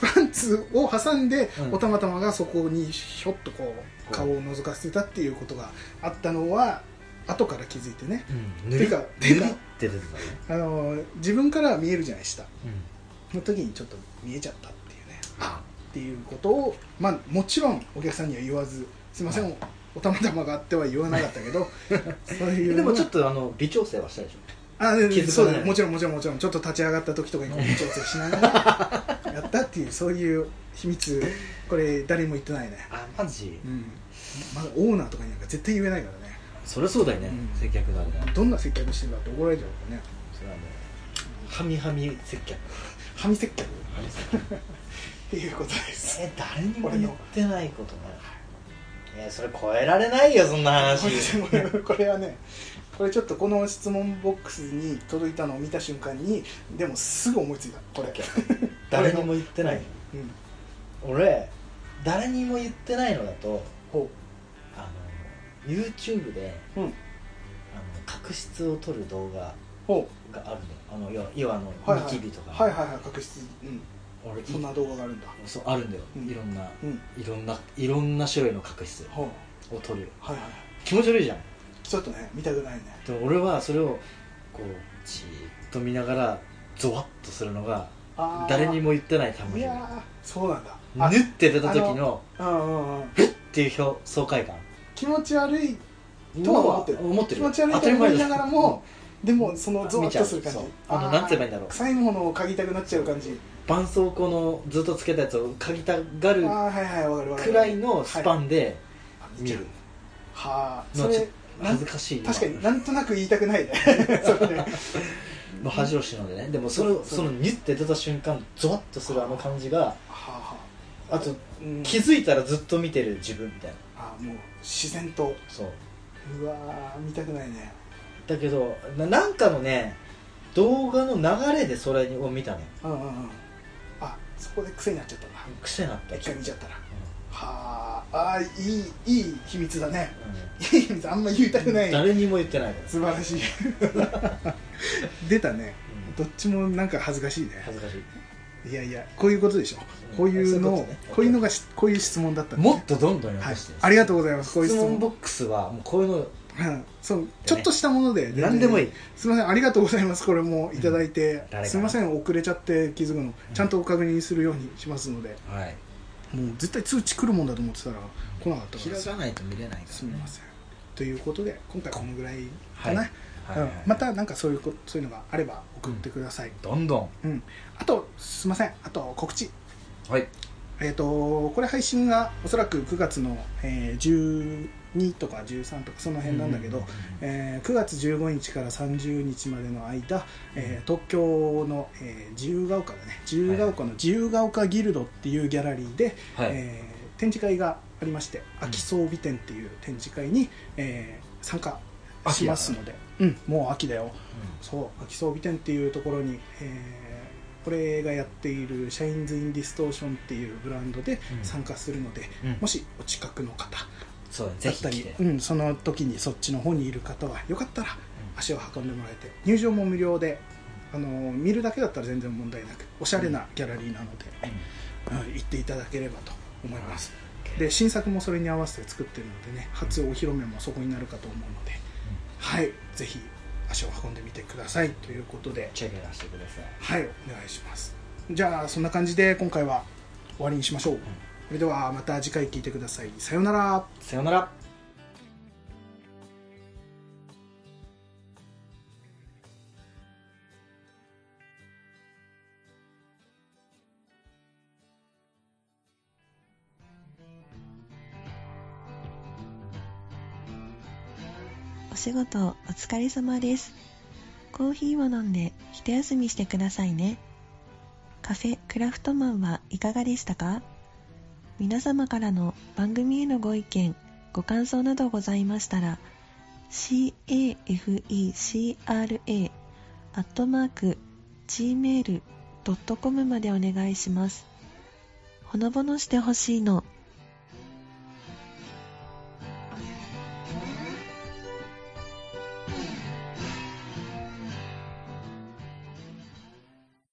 A: パンツを挟んで、
B: うん
A: おたまたまがそこにひょっとこう顔を覗かせてたっていうことがあったのは後から気づいてね
B: うん
A: て
B: 塗り
A: か
B: 塗
A: て
B: りっ
A: か
B: て出てた
A: あ
B: ね、
A: のー自分からは見えるじゃない下
B: うん、
A: の時にちょっと見えちゃったっていうね
B: あ
A: っていうことを、まあ、もちろんお客さんには言わずすいません、
B: はい
A: おたまたまがあっては言わなかったけ どそういうの
B: で
A: は
B: もちょっとあの微調整はしたでしょ
A: あ
B: 気づかない
A: そうだねもちろんもちろんもちろんちょっと立ち上がった時とかにこう調整しながらやったっていうそういう秘密これ誰にも言ってないね、
B: あマジ
A: うん、まだオーナーとかになんか絶対言えないからね
B: そりゃそうだよね、
A: うん
B: 接客だね
A: どんな接客してんだって怒られちゃうからね
B: それはもうはみはみ接客
A: はみ接客っ
B: はみ接客
A: ていうことです
B: え誰にも言ってないことねえそれ超えられないよそんな話
A: これはねこれちょっとこの質問ボックスに届いたのを見た瞬間にでもすぐ思いついたこれ、
B: 誰にも言ってない
A: うん、
B: 俺誰にも言ってないのだと
A: ほ
B: あの YouTube で、
A: うん
B: あの角質を取る動画
A: うほ
B: があるのあの要は要はあの、
A: うはいは
B: ニ
A: い
B: キビとか、
A: はいはいはい確実うん
B: 俺い
A: そんな動画があるんだ
B: そうあるんだよ、
A: うん
B: いろんな
A: うん
B: いろんないろんな種類の角質
A: ほう
B: を取る
A: はいはい
B: 気持ち悪いじゃん
A: ちょっとね見たくないね
B: でも俺はそれをこうじーっと見ながらゾワッとするのが
A: あー
B: 誰にも言ってないたま
A: い
B: に
A: やーそうなんだ
B: 縫って出た時の
A: うんうんうん
B: っていう表爽快感
A: 気持ち悪いとは思ってる
B: 思って
A: 気
B: る
A: 持ち悪いと
B: 当たり
A: 思
B: 前
A: い
B: です
A: ながらもでもそのゾワッとする感じ
B: 見ちゃうそうあのなんて言えばいいんだろう
A: 臭いものを嗅ぎたくなっちゃう感じ
B: 絆創膏のずっとつけたやつを嗅ぎたが
A: あ
B: る
A: ーはいはいわかるわかる
B: くらいのスパンで
A: はいあ見
B: 見
A: ちゃう
B: る
A: はあ
B: の
A: そ
B: はちょっ
A: れ
B: と
A: なん
B: 恥ずかしい
A: 確かになんとなく言いたくない ねそれね
B: まあ恥を忍んでねでもそれ
A: そうそう
B: そのニュって出た瞬間ゾワッとするあの感じが
A: はあは
B: あと
A: あうん
B: 気づいたらずっと見てる自分みたいな
A: あーもう自然と
B: そう
A: うわー見たくないね
B: だけどななんかのね動画の流れでそれを見たの
A: うんうんうんあそこで癖になっちゃったんだ
B: 癖になった
A: 一回見ちゃったら
B: う
A: はああーいいいい秘密だね
B: んう
A: い
B: ん
A: い秘密あんま言いたく ない
B: 誰にも言ってないから
A: 素晴らしい 出たね
B: うん
A: どっちもなんか恥ずかしいね
B: 恥ずかしい
A: いやいやこういうことでしょ
B: うん
A: こういうの
B: そう
A: を
B: いうことね
A: こういうのがしこういう質問だったんですね
B: もっとどんどんや
A: は
B: っ
A: い
B: てして、
A: ありがとうございますこういう
B: 質
A: 質
B: 問
A: 問
B: ボックスはもうこういうの
A: うんそうちょっとしたもので全然
B: 何でもいい
A: すみませんありがとうございますこれもいただいて
B: 誰かな
A: すみません遅れちゃって気づくのちゃんとお確認するようにしますので
B: はい
A: もう絶対通知来るもんだと思ってたら来なかったか
B: 開
A: ら
B: かないと見れないから、ね、
A: すみませんということで今回このぐらいかな、
B: はいはいはい
A: うんまたなんかそういうこそういうのがあれば送ってください、
B: どんどん
A: うんあとすいませんあと告知
B: はい
A: えっ、とこれ配信がおそらく9月の、えー12とか13とかその辺なんだけど、
B: うんうんうん
A: えー9月15日から30日までの間、えー東京の、えー自由が丘だね自由が丘の自由が丘ギルドっていうギャラリーで、
B: はい、
A: えー展示会がありまして
B: ん
A: 秋装備展っていう展示会に、えー参加しますので、うん、もう秋だよそう秋装備店っていうところに、えーこれがやっているシャインズ・イン・ディストーションっていうブランドで
B: うん
A: 参加するので、
B: うん
A: もしお近くの方
B: そうだね
A: だ
B: ぜ
A: っ
B: ひ
A: た
B: 来
A: り
B: て、
A: うん、その時にそっちの方にいる方はよかったら足を運んでもらえて入場も無料で、あのー見るだけだったら全然問題なくおしゃれなギャラリーなので、うん行っていただければと思いますで新作もそれに合わせて作ってるのでね初お披露目もそこになるかと思うので、はいぜひ足を運んでみてくださいということで
B: チェックしてください
A: はいお願いしますじゃあそんな感じで今回は終わりにしましょう、それではまた次回聞いてくださいさようなら
B: さよなら
D: 仕事お疲れ様です。コーヒーを飲んで一休みしてくださいね。カフェクラフトマンはいかがでしたか皆様からの番組へのご意見、ご感想などございましたら、cafecra アットマーク gmail.com までお願いします。ほのぼのしてほしいの